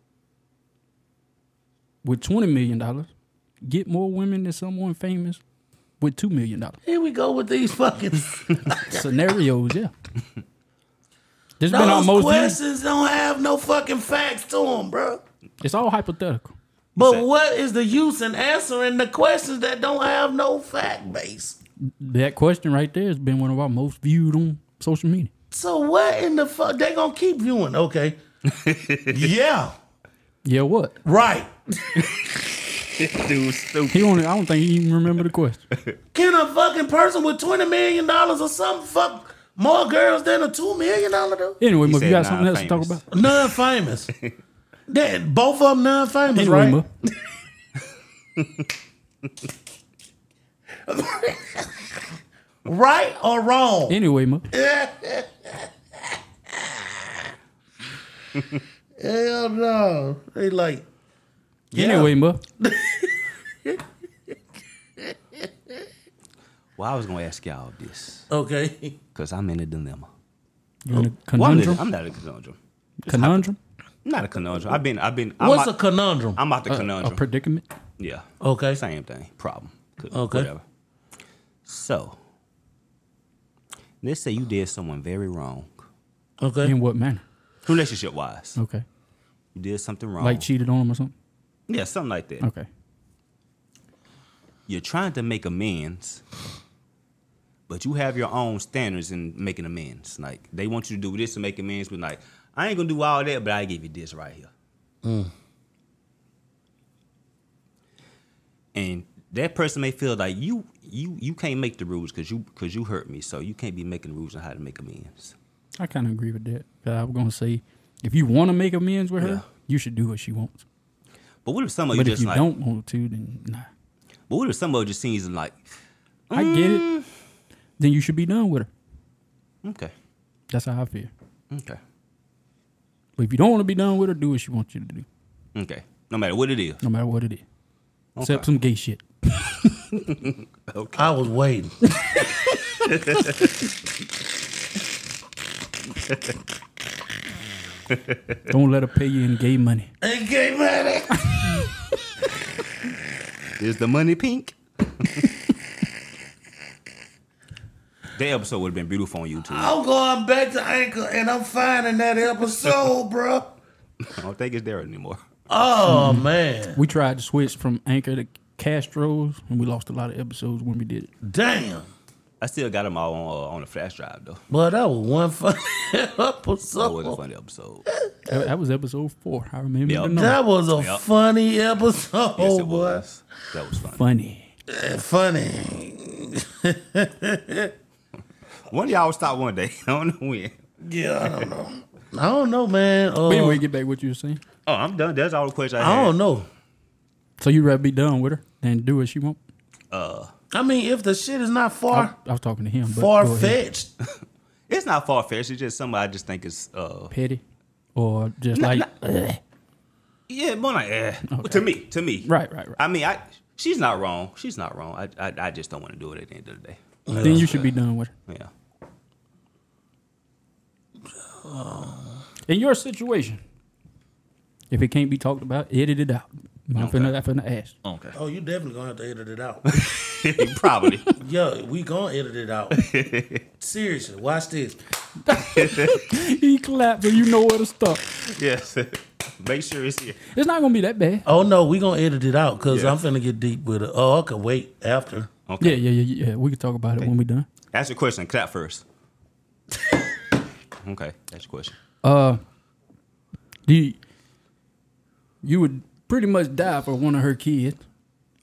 with twenty million dollars, get more women than someone famous with two million dollars?
Here we go with these fucking.
[laughs]
Scenarios, yeah. This has been
Those
almost years.
questions don't have no fucking facts to them, bro.
It's all hypothetical.
But
that?
what is the use in answering the questions that don't have no fact base?
That question right there has been one of our most viewed on social media.
So what in the fuck? They gonna keep viewing? Okay. yeah.
Yeah, what?
Right.
Dude, stupid.
He only I don't think he even remember
[laughs]
the question.
Can a fucking person with twenty million dollars or something fuck more girls than a two million dollar dude?
Anyway,
He
Murph, you
said
got something else to talk
non-famous.
about?
None famous. that both of them none famous,
Anyway,
right?
Murph.
Right or wrong?
[laughs]
Anyway, Murph.
Hell no. They like. Yeah.
Anyway, Murph.
Well, I was going to ask y'all this
Okay.
because I'm in a dilemma.
You in a
Well, I'm, in a-
conundrum?
I'm not a conundrum.
Conundrum?
I'm not a conundrum. I've been, I've been, I'm
What's a
out,
conundrum?
I'm out the
Uh, A
conundrum.
predicament?
yeah.
okay.
Same thing. Problem. Could,
Okay.
Whatever. So, let's say you did someone very wrong,
Okay.
In what manner?
relationship wise.
Okay.
You did something wrong.
Like cheated on him or something?
yeah, something like that.
Okay.
You're trying to make amends, but you have your own standards in making amends. Like they want you to do this to make amends, but like I ain't gonna do all that, but I give you this right here. And that person may feel like you you you can't make the rules because you because you hurt me, so you can't be making rules on how to make amends.
I kind of agree with that. 'Cause I was going to say, if you want to make amends with her,
Yeah.
you should do what she wants.
But what if some of you
But if
just
you
like?
don't want to, then nah.
But what if some of you just seems like
I get it. Then you should be done with her.
okay,
That's how I feel.
Okay.
But if you don't want to be done with her, do what she wants you to do,
Okay. No matter what it is.
no matter what it is.
Okay.
Except some gay shit.
I was waiting.
Don't let her pay you in gay money.
and gave money.
Is the money [laughs] pink? that episode would have been beautiful on YouTube. I
I'm going back to Anchor and I'm finding that episode, [laughs] bro.
don't think it's there anymore.
Oh man,
We tried to switch from Anchor to Castro's, and we lost a lot of episodes when we did it.
damn.
I still got them all on uh, on a flash drive though.
Boy, that was one funny [laughs]
That was a
episode.
funny episode.
That, that was episode four. I remember
Yeah.
the number.
That was a
Yep.
funny episode,
Yes, it
boy.
was. That was fun.
Funny.
Funny.
One of y'all will stop one day. [laughs] I don't know when.
Yeah, I don't
[laughs]
know. I don't know, man. Uh,
But anyway, get back what you were saying.
Oh, I'm done. That's all the questions I
I
had.
don't know.
So you rather be done with her than do what she want?
I mean, if the shit is not
I,
far
I was talking to him. but
far
go ahead.
fetched,
It's not far fetched. It's just something I just think is uh
petty or just like
yeah, more like eh. To me, to me.
Right, right, right.
I mean, I she's not wrong. She's not wrong. I I, I just don't want to do it at the end of the day.
then you should be done with her.
Yeah.
In your situation, if it can't be talked about, edit it out. I'm
Okay.
finna, I'm finna ask.
Okay.
oh, you definitely gonna have to edit it out.
[laughs] Probably.
yeah, we gonna edit it out. Seriously, watch this.
[laughs] He clapped so you know where to stop.
yes. Make sure it's here.
It's not gonna be that bad.
Oh no, we gonna edit it out because
Yeah.
I'm finna get deep with it. Oh, I could wait after.
Yeah, yeah, yeah, yeah. We can talk about it when we're done.
Ask your question. Clap first. [laughs] okay. That's your question.
Uh, Do you, you would pretty much die for one of her kids,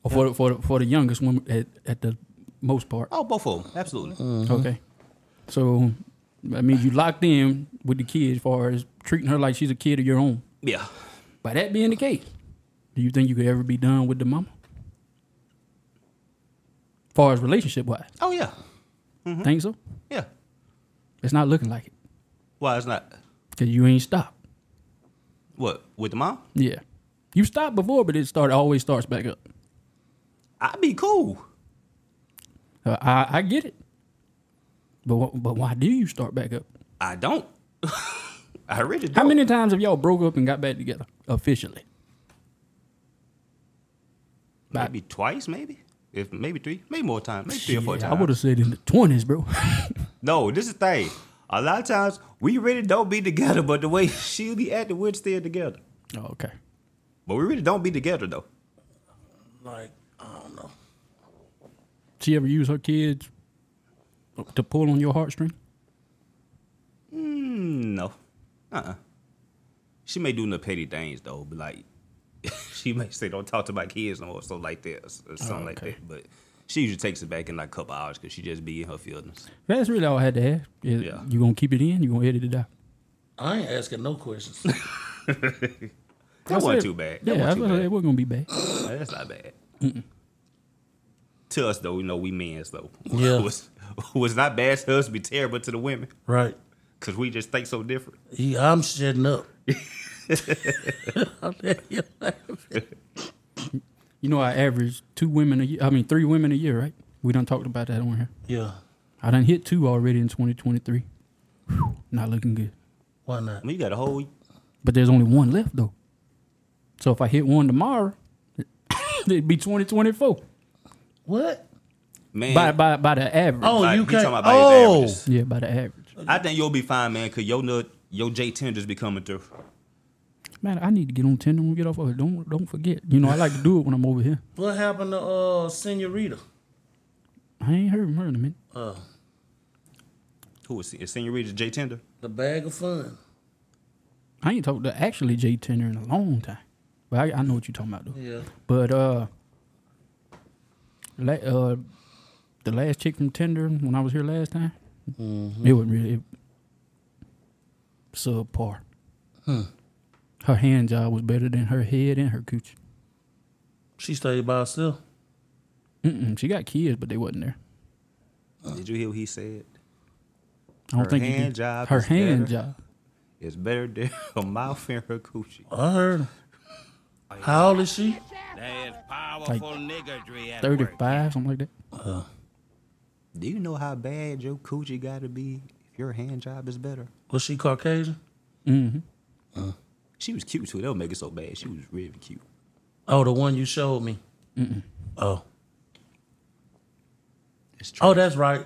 or for the, for the, for the youngest one at, at the most part.
Oh, both of them. Absolutely.
Okay, so I mean you locked in with the kids, as far as treating her like she's a kid of your own.
Yeah.
By that being the case, do you think you could ever be done with the mama? Far as relationship wise,
Oh, yeah. Mm-hmm.
think so?
Yeah.
It's not looking like it
Why it's not?
because you ain't stopped.
What? With the mom?
Yeah, you stopped before, but it started always starts back up.
I'd be cool.
Uh, I I get it, but wh- but why do you start back up?
I don't. [laughs] I really don't.
How many times have y'all broke up and got back together officially?
Maybe twice, maybe. If maybe three, maybe more times, maybe three or four
Yeah,
times.
I would have said in the twenties,
[laughs]
bro.
No, this is the thing. A lot of times we really don't be together, but the way [laughs] she be acting, we're still together.
oh, okay.
But we really don't be together though.
Like I don't know.
She ever use her kids to pull on your heartstring?
No. Uh uh She may do the petty things though, but like [laughs] she may say don't talk to my kids no more, so like that or s- or something
Oh, okay.
like that. But she usually takes it back in like a couple hours because she just be in her feelings.
That's really all I had to ask. Is
Yeah.
You gonna keep it in? You gonna edit it out?
I ain't asking no questions.
That
I
wasn't
said-
too bad. That
Yeah,
wasn't
that's
too
what I
bad.
said. it wasn't gonna be bad.
Nah, That's not bad. To us though, you know we men though. [laughs]
Yeah.
was was not bad to us be terrible to the women
right.
because we just think so different.
Yeah, I'm shutting up. [laughs]
You know, I average two women a year. I mean, three women a year, right? We done talked about that on here.
Yeah.
I done hit two already in 2023. Whew, not looking good.
Why not?
I mean, you got a whole
But there's only one left though. So if I hit one tomorrow, [coughs] it'd be 2024
What?
man.
by by by the average.
Oh,
Like,
you
he
can't.
talking about his
Oh,
averages.
yeah, by the average.
I think you'll be fine, man, because your nut, your J tenders be coming through.
Man, I need to get on Tinder when we get off of it. Don't don't forget. You know, I like to do it when I'm over here.
what happened to uh, Senorita?
I ain't heard from her in a minute.
Uh,
Who is, is Senorita J tender?
the bag of fun.
I ain't talked to actually Jay Tinder in a long time. But I, I know what you're talking about though.
Yeah.
But uh, la- uh, the last chick from Tinder when I was here last time,
Mm-hmm.
it was really it, subpar. Her hand job was better than her head and her coochie.
She stayed by herself.
Uh.
Mm-mm, she got kids, but they wasn't there.
Did you hear what he said?
I don't
Her
think you
hand
can-
job
Her
is
hand
better.
job.
It's better [laughs] than her mouth and her coochie.
I heard him. How old is she?
That is powerful niggardry at work.
Thirty-five, something like that.
Do you know how bad your coochie got to be if your hand job is better?
Was she Caucasian?
She was cute too. They'll make it so bad. She was really cute.
Oh, the one you showed me. Oh.
It's true.
Oh, that's right.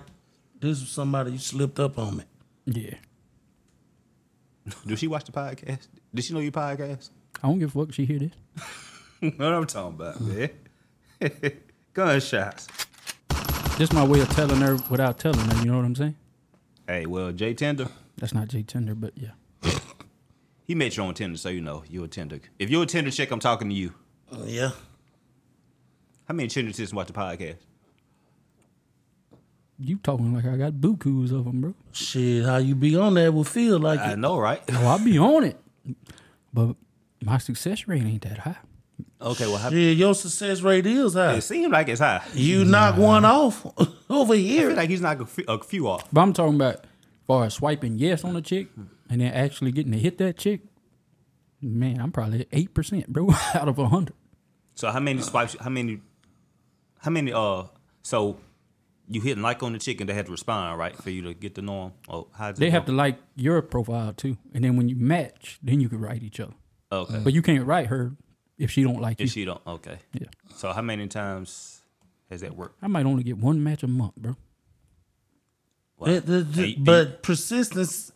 This is somebody you slipped up on me.
Yeah.
Does she watch the podcast? Does she know your podcast? [laughs]
I don't give a fuck. She hear this.
know what I'm talking about, man. Mm-hmm. [laughs] Gunshots.
This my way of telling her without telling her. You know what I'm saying?
Hey, well, Jay Tender,
That's not Jay Tender, but yeah.
he met you on Tinder, so you know you're a Tinder. If you're a Tinder chick, I'm talking to you.
Uh, yeah.
How many Tinder chicks watch the podcast?
You talking like I got bukus of them, bro.
Shit, how you be on there will feel like
I
it.
know, right?
Oh, I be on it, but my success rate ain't that high.
Okay, well, how,
Shit, your success rate is high.
it seemed like it's high.
You knock one off [laughs] over
I feel
here.
like he's not a few, a few off.
But I'm talking about far as swiping yes on a chick and then actually getting to hit that chick. Man, I'm probably eight percent, bro, [laughs] out of hundred.
So how many swipes? How many? How many? Uh, so you hit like on the chick and they had to respond, right, for you to get Oh, to know them. Or how
They have to like your profile too, and then when you match, then you can write each other.
Okay.
But you can't write her if she don't like you.
If she don't, okay.
yeah,
So how many times has that worked?
I might only get one match a month, bro.
It- the- the-
Eight-
but persistence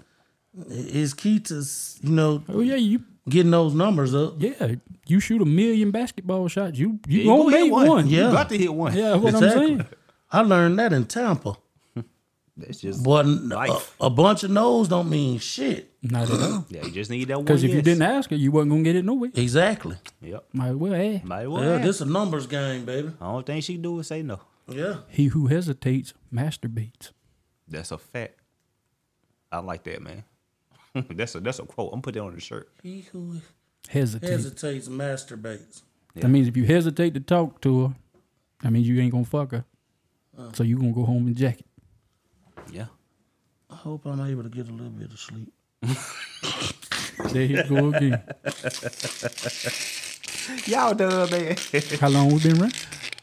is key to, s- you know,
Oh yeah, you
getting those numbers up.
yeah you shoot a million basketball shots, you you
You
gonna
hit
make one.
You
Yeah.
got to hit one.
Yeah, that's what
Exactly.
I'm saying.
I learned that in Tampa.
That's just
But a,
Life.
a bunch of no's don't mean shit.
Not at all.
yeah. You just need that one.
Because if you
yes.
didn't ask her, you wasn't gonna get it no way.
Exactly.
yep.
Might as well ask.
Might well.
Yeah,
ask.
this a numbers game, baby.
I don't think she do is say no.
Yeah.
He who hesitates masturbates.
That's a fact. I like that, man. [laughs] that's a that's a quote. I'm putting that on the shirt.
He who
Hesitate.
hesitates masturbates.
That means if you hesitate to talk to her, that means you ain't gonna fuck her. So you gonna go home and jack it.
Yeah.
I hope I'm able to get a little bit of sleep.
There you go again.
[laughs]
Y'all done, man.
How long we been running?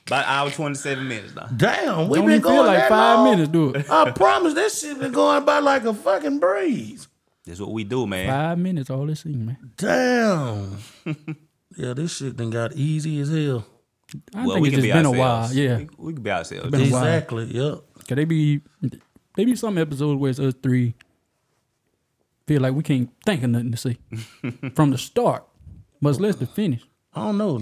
About hour twenty seven minutes now.
Damn, we
Don't
been
even
going
feel like
that
five
long?
minutes, do
[laughs]
it.
I promise that shit been going by like a fucking breeze.
That's what we do, man.
Five minutes, all this thing, man.
Damn. [laughs] yeah, this shit done got easy as hell.
I think it's just been a while.
ourselves.
Yeah,
we, we can be ourselves.
Been a while.
Exactly. Yep.
cause they be they be some episodes where it's us three feel like we can't think of nothing to
[laughs]
say from the start, much less the finish.
I don't know.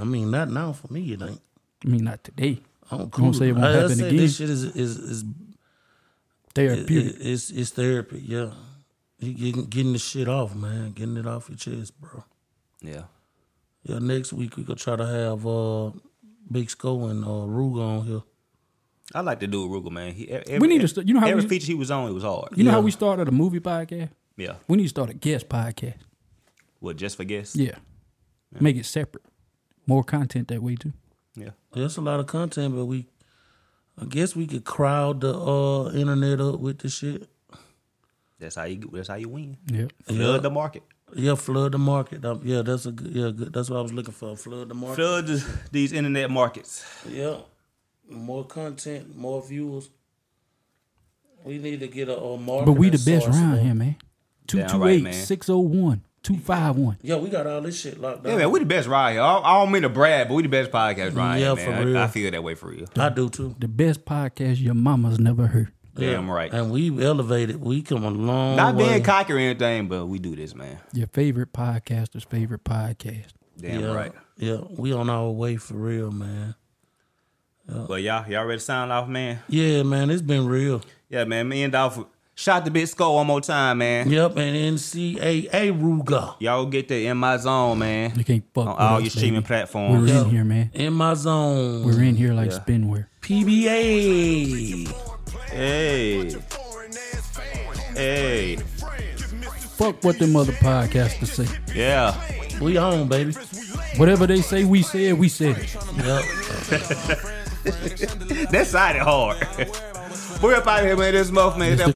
I mean, not now for me. It ain't.
I mean, not today.
I don't
Don't say it won't
I- I
happen
say
again.
This shit is is is
Therapeutic.
It- it's it's therapy. Yeah, you getting getting the shit off, man. Getting it off your chest, bro.
Yeah.
Yeah, next week we could try to have uh Big Sco and uh Ruga on here.
I like to do Rugal, man. He, e-, every,
We need to st- you know how
every
we-
feature he was on, it was hard.
You know how we started a movie podcast?
Yeah.
We need to start a guest podcast.
Well, just for guests.
Yeah. Make it separate. More content that way too.
Yeah.
There's a lot of content, but we, I guess we could crowd the uh internet up with the shit.
That's how you. That's how you win.
Yeah.
Flood the market.
Yeah, flood the market. Um, yeah, that's a good, yeah, good. That's what I was looking for. Flood the market.
Flood this, these internet markets.
Yeah, more content, more views. We need to get a, a market.
But we the best round here, man.
Damn right,
228
man.
601 251.
Yeah, we got all this shit locked down.
Yeah, man. We the best ride here. I don't, I don't mean to brag, but we the best podcast ride.
Yeah,
here,
for
man. I-
real.
I, feel that way for real.
I do too.
The best podcast your mama's never heard.
Damn right.
And we've elevated. We come a long
Not
way.
being cocky or anything, but we do this, man.
Your favorite podcaster's favorite podcast.
Damn
yeah,
right.
Yeah, we on our way for real, man.
But y'all, y'all ready to sign off, man?
Yeah, man, it's been real.
Yeah, man. Me and Dolph shot the big skull one more time, man.
Yep, and NCAA Ruga.
Y'all get that in my zone, man.
You can't fuck
on
with
Oh, all your
us, baby.
streaming
We're
platforms.
in here, man.
In my zone.
We're in here like spinware.
PBA.
Hey, hey,
Fuck what them other podcasters say.
yeah.
We on, baby.
Whatever they say, we said, we said it.
Yep.
[laughs] That sounded hard. We're up out of here, man. This month, man. It's that